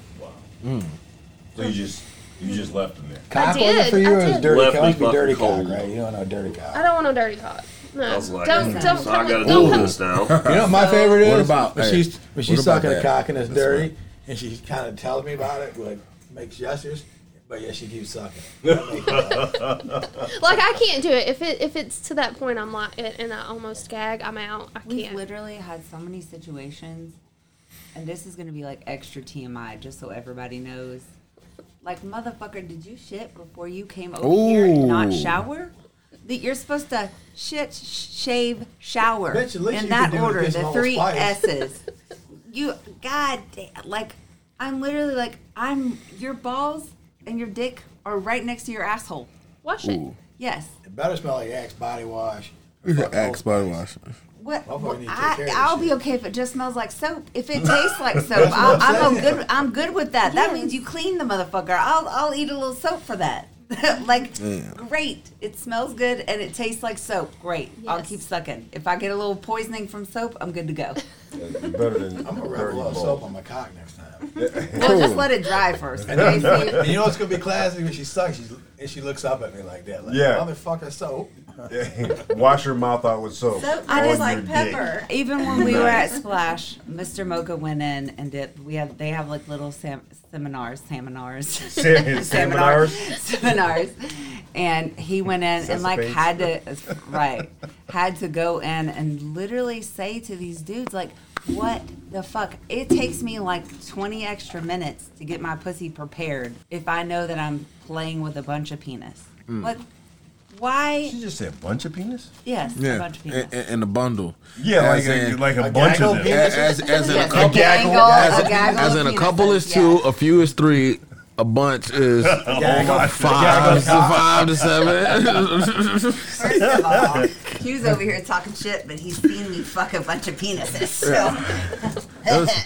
[SPEAKER 10] so you just you just left him there.
[SPEAKER 4] Cock
[SPEAKER 2] did,
[SPEAKER 4] was it for you?
[SPEAKER 2] I
[SPEAKER 4] or was
[SPEAKER 2] did. Uh,
[SPEAKER 4] dirty
[SPEAKER 3] Left
[SPEAKER 4] cock?
[SPEAKER 3] me
[SPEAKER 4] Must be
[SPEAKER 3] fucking
[SPEAKER 4] dirty
[SPEAKER 3] cold.
[SPEAKER 4] cock, right? You don't know dirty cock.
[SPEAKER 2] I don't want no dirty cock. No,
[SPEAKER 3] was like,
[SPEAKER 2] don't,
[SPEAKER 3] mm,
[SPEAKER 2] don't
[SPEAKER 3] so I
[SPEAKER 2] come,
[SPEAKER 3] gotta
[SPEAKER 2] with-
[SPEAKER 3] deal
[SPEAKER 2] don't
[SPEAKER 3] with
[SPEAKER 2] come.
[SPEAKER 3] this now.
[SPEAKER 4] You know what
[SPEAKER 2] uh,
[SPEAKER 4] my favorite is?
[SPEAKER 6] What about-
[SPEAKER 4] when
[SPEAKER 6] hey,
[SPEAKER 4] she's when
[SPEAKER 6] what
[SPEAKER 4] she's
[SPEAKER 6] about
[SPEAKER 4] sucking a
[SPEAKER 6] that?
[SPEAKER 4] cock and it's
[SPEAKER 6] That's
[SPEAKER 4] dirty, and she's kind of telling me about it, like makes gestures, but yeah, she keeps sucking. it.
[SPEAKER 2] Like I can't do it. If it if it's to that point, I'm like, it, and I almost gag. I'm out. I
[SPEAKER 5] We've
[SPEAKER 2] can't.
[SPEAKER 5] literally had so many situations, and this is going to be like extra TMI, just so everybody knows. Like, motherfucker, did you shit before you came over here and not
[SPEAKER 6] Ooh.
[SPEAKER 5] shower? That you're supposed to shit, sh- shave, shower
[SPEAKER 4] Bet you at least
[SPEAKER 5] in
[SPEAKER 4] you
[SPEAKER 5] that
[SPEAKER 4] could do it
[SPEAKER 5] order,
[SPEAKER 4] against
[SPEAKER 5] the
[SPEAKER 4] all
[SPEAKER 5] three
[SPEAKER 4] spice.
[SPEAKER 5] S's. You, god damn, like, I'm literally like, I'm your balls and your dick are right next to your asshole.
[SPEAKER 2] Wash it.
[SPEAKER 5] Yes.
[SPEAKER 4] it better smell like Axe body wash.
[SPEAKER 6] Axe body wash.
[SPEAKER 5] What?
[SPEAKER 4] Motherfucker
[SPEAKER 5] what-
[SPEAKER 4] need to take care
[SPEAKER 5] I,
[SPEAKER 4] of this
[SPEAKER 5] I'll be
[SPEAKER 4] shit.
[SPEAKER 5] okay if it just smells like soap. If it tastes like soap, I'll, I'm, i good. I'm good with that. That means you clean the motherfucker. I'll I'll eat a little soap for that. like, great. It smells good and it tastes like soap. Great. I'll
[SPEAKER 2] Yes.
[SPEAKER 5] keep sucking. If I get a little poisoning from sope, I'm good to go.
[SPEAKER 10] You're better than
[SPEAKER 4] I'm gonna rub a little soap on my cock next time.
[SPEAKER 5] Well, just let it dry first. Okay, Steve?
[SPEAKER 4] and you know what's gonna be classic when she sucks, she's, and she looks up at me like that, like
[SPEAKER 10] Yeah.
[SPEAKER 4] motherfucker soap.
[SPEAKER 10] Wash your mouth out with soap.
[SPEAKER 7] So
[SPEAKER 5] I just
[SPEAKER 10] on
[SPEAKER 7] like
[SPEAKER 10] your dick.
[SPEAKER 7] pepper.
[SPEAKER 5] Even when we were at Splash, Mr. Mocha went in and did. We have they have like little sam- seminars, seminars.
[SPEAKER 10] Sam- Seminars.
[SPEAKER 5] seminars and he went in and like
[SPEAKER 10] Cesspage.
[SPEAKER 5] had to right had to go in and literally say to these dudes like what the fuck it takes me like 20 extra minutes to get my pussy prepared if i know that i'm playing with a bunch of penis
[SPEAKER 6] Mm.
[SPEAKER 5] what why
[SPEAKER 10] She just said bunch of penis.
[SPEAKER 5] yes
[SPEAKER 6] Yeah,
[SPEAKER 5] a bunch of
[SPEAKER 6] in,
[SPEAKER 5] penis
[SPEAKER 6] in- in a bundle.
[SPEAKER 10] Yeah, like a- like a A bunch of gaggle them.
[SPEAKER 6] As,
[SPEAKER 10] penis?
[SPEAKER 6] as, as in
[SPEAKER 10] Yeah,
[SPEAKER 6] a
[SPEAKER 10] a
[SPEAKER 6] couple,
[SPEAKER 10] gaggle.
[SPEAKER 6] as,
[SPEAKER 10] A gaggle
[SPEAKER 6] as in a
[SPEAKER 10] of
[SPEAKER 6] couple is two, a few is three, a bunch is
[SPEAKER 10] Oh my-
[SPEAKER 6] five, to
[SPEAKER 10] Gaggle.
[SPEAKER 6] five to seven.
[SPEAKER 11] First of all, Q's over here talking shit, but he's seen me fuck a bunch of penises. So.
[SPEAKER 6] That was-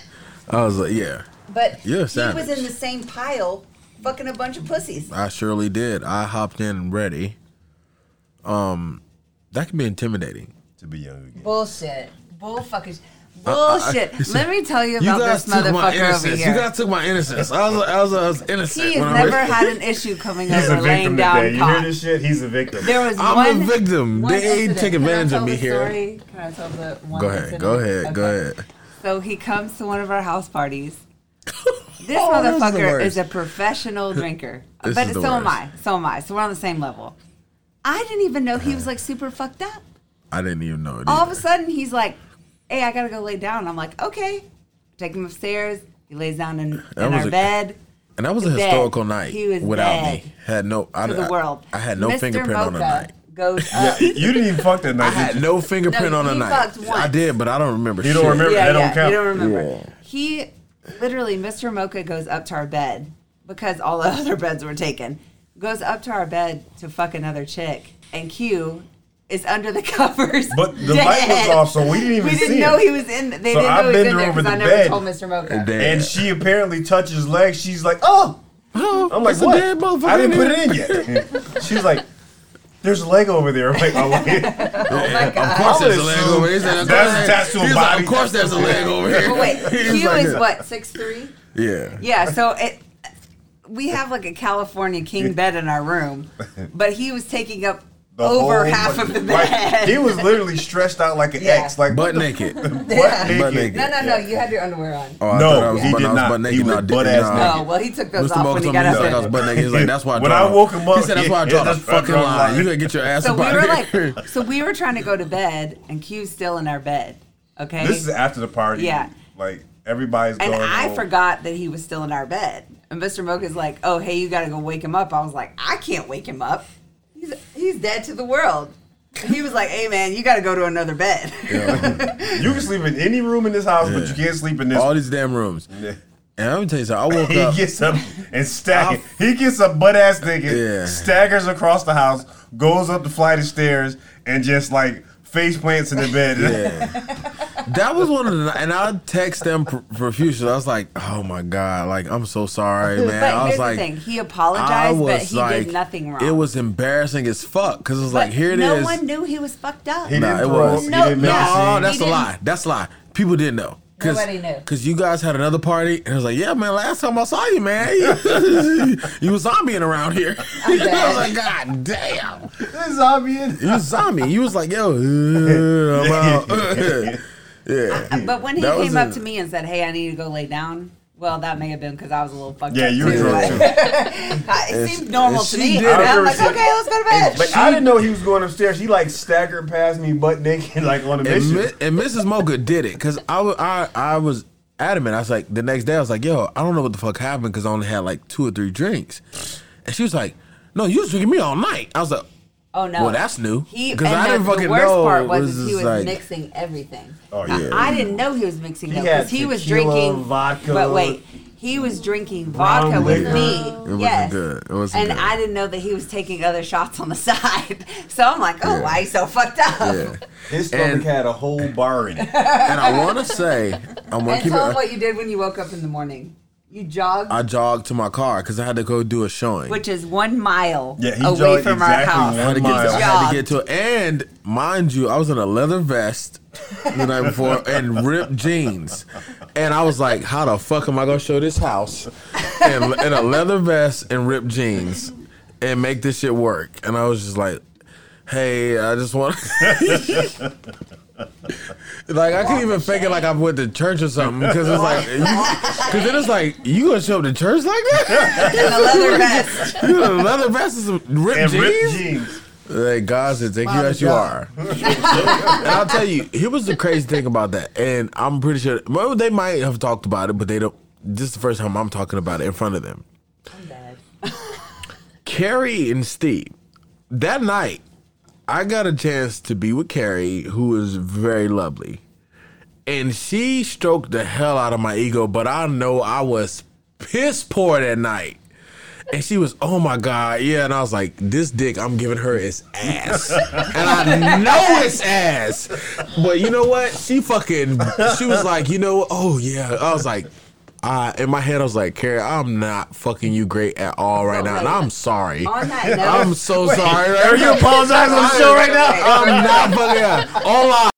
[SPEAKER 6] I was like, yeah,
[SPEAKER 11] But
[SPEAKER 6] You're a
[SPEAKER 11] he was
[SPEAKER 6] savage.
[SPEAKER 11] in the same pile fucking a bunch of pussies.
[SPEAKER 6] I surely did. I hopped in ready. Um, that can be intimidating
[SPEAKER 10] to be young again.
[SPEAKER 5] bullshit bullfuckers
[SPEAKER 6] I- I-
[SPEAKER 5] bullshit
[SPEAKER 6] listen,
[SPEAKER 5] let me tell you about
[SPEAKER 6] guys
[SPEAKER 5] this
[SPEAKER 6] took my
[SPEAKER 5] motherfucker over
[SPEAKER 6] innocence.
[SPEAKER 5] here
[SPEAKER 6] You guys took my innocence. I was, I was, I was innocent.
[SPEAKER 5] He's
[SPEAKER 6] when I
[SPEAKER 5] never
[SPEAKER 6] was-
[SPEAKER 5] had an issue coming
[SPEAKER 10] He's
[SPEAKER 5] over
[SPEAKER 10] a
[SPEAKER 5] laying
[SPEAKER 10] victim
[SPEAKER 5] down
[SPEAKER 10] today. You hear
[SPEAKER 5] cock.
[SPEAKER 10] this shit? He's a victim.
[SPEAKER 5] There was
[SPEAKER 6] I'm
[SPEAKER 5] one
[SPEAKER 6] a victim.
[SPEAKER 5] one
[SPEAKER 6] They
[SPEAKER 5] incident.
[SPEAKER 6] take
[SPEAKER 5] Can I
[SPEAKER 6] advantage
[SPEAKER 5] tell
[SPEAKER 6] of me
[SPEAKER 5] the
[SPEAKER 6] here.
[SPEAKER 5] story? Can I tell the one
[SPEAKER 6] Go ahead.
[SPEAKER 5] incident?
[SPEAKER 6] Go ahead. Go
[SPEAKER 5] Okay.
[SPEAKER 6] ahead.
[SPEAKER 5] So he comes to one of our house parties. This
[SPEAKER 6] Oh, this is the
[SPEAKER 5] motherfucker
[SPEAKER 6] worst.
[SPEAKER 5] is a professional drinker,
[SPEAKER 6] This
[SPEAKER 5] but
[SPEAKER 6] is
[SPEAKER 5] so
[SPEAKER 6] the
[SPEAKER 5] am I.
[SPEAKER 6] worst.
[SPEAKER 5] So am I. So we're on the same level. I didn't even know he was like super fucked up.
[SPEAKER 6] I didn't even know it.
[SPEAKER 5] All of a sudden, he's like, "Hey, I gotta go lay down." I'm like, "Okay." Take him upstairs. He lays down in,
[SPEAKER 6] That
[SPEAKER 5] in
[SPEAKER 6] was
[SPEAKER 5] our
[SPEAKER 6] a-
[SPEAKER 5] bed.
[SPEAKER 6] And that was a
[SPEAKER 5] Dead.
[SPEAKER 6] historical night
[SPEAKER 5] He was
[SPEAKER 6] without
[SPEAKER 5] dead
[SPEAKER 6] me. Had no I,
[SPEAKER 5] to the
[SPEAKER 6] I-
[SPEAKER 5] world.
[SPEAKER 6] I, had no
[SPEAKER 5] Mr.
[SPEAKER 6] fingerprint on the
[SPEAKER 5] Mocha
[SPEAKER 6] night.
[SPEAKER 5] Goes
[SPEAKER 10] Yeah,
[SPEAKER 5] up.
[SPEAKER 10] you didn't even fuck that
[SPEAKER 6] I
[SPEAKER 10] night. did
[SPEAKER 6] had
[SPEAKER 10] you?
[SPEAKER 6] no fingerprint
[SPEAKER 5] No,
[SPEAKER 6] on the
[SPEAKER 5] you
[SPEAKER 6] night.
[SPEAKER 5] fucked once.
[SPEAKER 6] I did, but I don't remember.
[SPEAKER 10] You don't
[SPEAKER 6] shit.
[SPEAKER 10] remember?
[SPEAKER 5] Yeah,
[SPEAKER 10] that
[SPEAKER 5] yeah,
[SPEAKER 10] don't count.
[SPEAKER 5] you don't remember.
[SPEAKER 6] Yeah.
[SPEAKER 5] He literally, Mr. Mocha goes up to our bed because all the other beds were taken. Goes up to our bed to fuck another chick, and Q is under the covers.
[SPEAKER 10] But the light was
[SPEAKER 5] dead.
[SPEAKER 10] off, so we didn't even
[SPEAKER 5] We didn't
[SPEAKER 10] see
[SPEAKER 5] know
[SPEAKER 10] it.
[SPEAKER 5] he was in. They
[SPEAKER 10] So
[SPEAKER 5] didn't know
[SPEAKER 10] I
[SPEAKER 5] he was
[SPEAKER 10] bend
[SPEAKER 5] in
[SPEAKER 10] her
[SPEAKER 5] there
[SPEAKER 10] over
[SPEAKER 5] because I
[SPEAKER 10] the
[SPEAKER 5] never
[SPEAKER 10] bed.
[SPEAKER 5] told Mr. Mocha.
[SPEAKER 6] Damn.
[SPEAKER 10] And she apparently touches his leg. She's like, oh. I'm like,
[SPEAKER 6] It's a
[SPEAKER 10] what?
[SPEAKER 6] dead motherfucker
[SPEAKER 10] I didn't
[SPEAKER 6] in
[SPEAKER 10] put
[SPEAKER 6] there."
[SPEAKER 10] it in yet. She's like, there's a leg over there. I'm like, oh, wait.
[SPEAKER 6] Of course,
[SPEAKER 10] I would
[SPEAKER 6] there's a leg
[SPEAKER 10] assume
[SPEAKER 6] over. here. He said, "Of
[SPEAKER 10] that's
[SPEAKER 6] course
[SPEAKER 10] attached to a
[SPEAKER 6] there's-" He was like,
[SPEAKER 10] body.
[SPEAKER 6] Of course, there's a leg over here.
[SPEAKER 5] But wait,
[SPEAKER 6] He was
[SPEAKER 5] Q
[SPEAKER 6] like
[SPEAKER 5] is
[SPEAKER 6] that.
[SPEAKER 5] what six three?
[SPEAKER 6] Yeah.
[SPEAKER 5] Yeah, so it we have like a California king bed in our room, but he was taking up
[SPEAKER 10] The
[SPEAKER 5] over
[SPEAKER 10] whole
[SPEAKER 5] half
[SPEAKER 10] fucking-
[SPEAKER 5] of the
[SPEAKER 10] like,
[SPEAKER 5] bed.
[SPEAKER 10] he was literally stretched out like an
[SPEAKER 5] Yeah.
[SPEAKER 10] X, like
[SPEAKER 6] Butt
[SPEAKER 10] what the
[SPEAKER 6] naked.
[SPEAKER 10] f-
[SPEAKER 5] Yeah.
[SPEAKER 10] butt
[SPEAKER 6] Butt
[SPEAKER 10] naked.
[SPEAKER 6] naked.
[SPEAKER 5] no, no, no! You had your underwear on.
[SPEAKER 6] Oh, I
[SPEAKER 10] No,
[SPEAKER 6] thought I was
[SPEAKER 10] he
[SPEAKER 6] butt-
[SPEAKER 10] did
[SPEAKER 6] I was
[SPEAKER 10] not.
[SPEAKER 6] butt
[SPEAKER 10] He
[SPEAKER 6] naked.
[SPEAKER 10] was
[SPEAKER 6] No, I didn't.
[SPEAKER 10] butt-ass
[SPEAKER 6] Nah.
[SPEAKER 10] naked.
[SPEAKER 5] Oh well, he took those
[SPEAKER 6] Mr.
[SPEAKER 5] off
[SPEAKER 6] Moe
[SPEAKER 5] when
[SPEAKER 6] told
[SPEAKER 5] he
[SPEAKER 6] me
[SPEAKER 5] got
[SPEAKER 6] he
[SPEAKER 5] up
[SPEAKER 6] said I was
[SPEAKER 5] there.
[SPEAKER 6] butt naked. He's like, that's why I
[SPEAKER 10] When
[SPEAKER 6] dropped
[SPEAKER 10] I woke him
[SPEAKER 6] He
[SPEAKER 10] up,
[SPEAKER 6] said, that's why I
[SPEAKER 10] yeah,
[SPEAKER 6] dropped
[SPEAKER 10] that's
[SPEAKER 6] that
[SPEAKER 10] why I
[SPEAKER 6] fucking
[SPEAKER 10] dropped
[SPEAKER 6] line.
[SPEAKER 10] mine.
[SPEAKER 6] You gotta get your ass
[SPEAKER 5] So
[SPEAKER 6] up
[SPEAKER 5] we
[SPEAKER 6] out
[SPEAKER 5] were
[SPEAKER 6] of here.
[SPEAKER 5] like, so we were trying to go to bed, and Q's still in our bed. Okay,
[SPEAKER 10] This is after the party.
[SPEAKER 5] Yeah.
[SPEAKER 10] Like, everybody's
[SPEAKER 5] and
[SPEAKER 10] going
[SPEAKER 5] I
[SPEAKER 10] home.
[SPEAKER 5] forgot that he was still in our bed. And Mr. Mocha's like, "Oh, hey, you gotta go wake him up." I was like, "I can't wake him up. He's he's dead to the world." And he was like, "Hey, man, you gotta go to another bed."
[SPEAKER 10] You can sleep in any room in this house, but
[SPEAKER 6] Yeah.
[SPEAKER 10] you can't sleep in this.
[SPEAKER 6] All these damn rooms. And I'm gonna tell you something. I woke
[SPEAKER 10] He
[SPEAKER 6] up.
[SPEAKER 10] gets up and staggers. He gets up butt ass naked,
[SPEAKER 6] Yeah.
[SPEAKER 10] staggers across the house, goes up the flight of stairs, and just like face plants in the bed.
[SPEAKER 6] Yeah. That was one of the, and I text them pr- profusely. I was like, "Oh my god, like I'm so sorry, man."
[SPEAKER 5] but
[SPEAKER 6] I was
[SPEAKER 5] here's
[SPEAKER 6] like,
[SPEAKER 5] the thing: he
[SPEAKER 6] I
[SPEAKER 5] apologized, but
[SPEAKER 6] was
[SPEAKER 5] he
[SPEAKER 6] like,
[SPEAKER 5] did nothing wrong.
[SPEAKER 6] It was embarrassing as fuck because it was
[SPEAKER 5] But
[SPEAKER 6] like, here it is.
[SPEAKER 5] no one knew he was fucked up.
[SPEAKER 10] He
[SPEAKER 6] Nah,
[SPEAKER 10] didn't
[SPEAKER 6] it
[SPEAKER 10] throw
[SPEAKER 6] was.
[SPEAKER 10] up,
[SPEAKER 5] No,
[SPEAKER 10] he didn't make
[SPEAKER 5] yeah.
[SPEAKER 10] a
[SPEAKER 6] No,
[SPEAKER 10] scene.
[SPEAKER 6] Oh, that's
[SPEAKER 5] He
[SPEAKER 6] a
[SPEAKER 5] didn't-
[SPEAKER 6] lie. That's a lie. People didn't know. Cause,
[SPEAKER 11] Nobody knew.
[SPEAKER 6] Cause you guys had another party, and I was like, "Yeah, man. Last time I saw you, man, you, you was zombieing around here." I was like, "God damn,
[SPEAKER 10] This is obvious.
[SPEAKER 6] you was zombie." You was like, "Yo, uh, I'm out." yeah.
[SPEAKER 5] Uh, But when he
[SPEAKER 6] That was
[SPEAKER 5] came up
[SPEAKER 6] a-
[SPEAKER 5] to me and said, "Hey, I need to go lay down," well, that may have been because I was a little fucked
[SPEAKER 10] Yeah,
[SPEAKER 5] up.
[SPEAKER 10] you were
[SPEAKER 5] too,
[SPEAKER 10] drunk
[SPEAKER 5] but-
[SPEAKER 10] too.
[SPEAKER 5] it
[SPEAKER 6] and
[SPEAKER 5] seemed
[SPEAKER 6] she-
[SPEAKER 5] normal
[SPEAKER 6] and
[SPEAKER 5] to
[SPEAKER 6] she
[SPEAKER 5] me.
[SPEAKER 6] did
[SPEAKER 5] And
[SPEAKER 6] it.
[SPEAKER 5] I'm like,
[SPEAKER 10] She-
[SPEAKER 5] "Okay, let's go to bed."
[SPEAKER 10] But I didn't know he was going upstairs. He like staggered past me butt naked, like on a
[SPEAKER 6] and,
[SPEAKER 10] mission.
[SPEAKER 6] Mi- and Mrs. Mocha did it because I wa- I- I was adamant. I was like, the next day, I was like, yo, I don't know what the fuck happened because I only had like two or three drinks. And she was like, no, you was drinking me all night. I was like,
[SPEAKER 5] Oh no!
[SPEAKER 6] Well, that's new.
[SPEAKER 5] He
[SPEAKER 6] 'Cause
[SPEAKER 5] and
[SPEAKER 6] I
[SPEAKER 5] the,
[SPEAKER 6] didn't fucking
[SPEAKER 5] the worst
[SPEAKER 6] know
[SPEAKER 5] part
[SPEAKER 6] it
[SPEAKER 5] was,
[SPEAKER 6] was
[SPEAKER 5] is he
[SPEAKER 6] just
[SPEAKER 5] was
[SPEAKER 6] like-
[SPEAKER 5] mixing everything.
[SPEAKER 10] Oh,
[SPEAKER 5] I-
[SPEAKER 10] yeah.
[SPEAKER 5] I, didn't know he was mixing
[SPEAKER 10] He
[SPEAKER 5] though
[SPEAKER 10] had
[SPEAKER 5] because he was
[SPEAKER 10] tequila,
[SPEAKER 5] drinking
[SPEAKER 10] vodka,
[SPEAKER 5] But wait, he was drinking vodka with
[SPEAKER 6] liquor.
[SPEAKER 5] me.
[SPEAKER 6] it wasn't
[SPEAKER 5] yes.
[SPEAKER 6] good. It wasn't
[SPEAKER 5] And
[SPEAKER 6] good.
[SPEAKER 5] I didn't know that he was taking other shots on the side. So I'm like, oh,
[SPEAKER 6] Yeah.
[SPEAKER 5] why you so fucked up?
[SPEAKER 6] yeah.
[SPEAKER 10] His stomach
[SPEAKER 6] And-
[SPEAKER 10] had a whole bar in it.
[SPEAKER 6] and I want to say, I'm going
[SPEAKER 5] And
[SPEAKER 6] to keep
[SPEAKER 5] tell him
[SPEAKER 6] it.
[SPEAKER 5] what you did when you woke up in the morning. You jogged,
[SPEAKER 6] I jogged to my car because I had to go do a showing.
[SPEAKER 5] which is one mile
[SPEAKER 10] Yeah, he
[SPEAKER 5] away
[SPEAKER 10] jogged
[SPEAKER 5] from our
[SPEAKER 10] exactly
[SPEAKER 5] house.
[SPEAKER 6] I had to
[SPEAKER 10] one
[SPEAKER 6] get to, I had
[SPEAKER 5] Jogged.
[SPEAKER 6] to get to it. And mind you, I was in a leather vest the night before and ripped jeans. And I was like, how the fuck am I gonna show this house in, in a leather vest and ripped jeans and make this shit work? And I was just like, hey, I just want Like I couldn't even fake it like I went to church or something because it's like, because then it's like you gonna show up to church like that?
[SPEAKER 5] In a leather vest.
[SPEAKER 6] You in a leather vest and some ripped
[SPEAKER 1] And
[SPEAKER 6] jeans?
[SPEAKER 1] ripped jeans.
[SPEAKER 6] Like God said, take you
[SPEAKER 12] Father
[SPEAKER 6] as you
[SPEAKER 12] God.
[SPEAKER 6] are. and I'll tell you, here was the crazy thing about that, and I'm pretty sure well, they might have talked about it, but they don't. This is the first time I'm talking about it in front of them. Carrie and Steve. That night, I got a chance to be with Carrie, who is very lovely. And she stroked the hell out of my ego, but I know I was piss poor that night. And she was, oh my God, yeah. And I was like, this dick I'm giving her is ass. and I know it's ass. But you know what? She fucking, she was like, you know, oh yeah. I was like, I, in my head, I was like, Carrie, I'm not fucking you great at all right now. And I'm sorry.
[SPEAKER 5] On that note,
[SPEAKER 6] I'm so sorry.
[SPEAKER 1] Are you apologizing on the show right now?
[SPEAKER 6] I'm not fucking. All I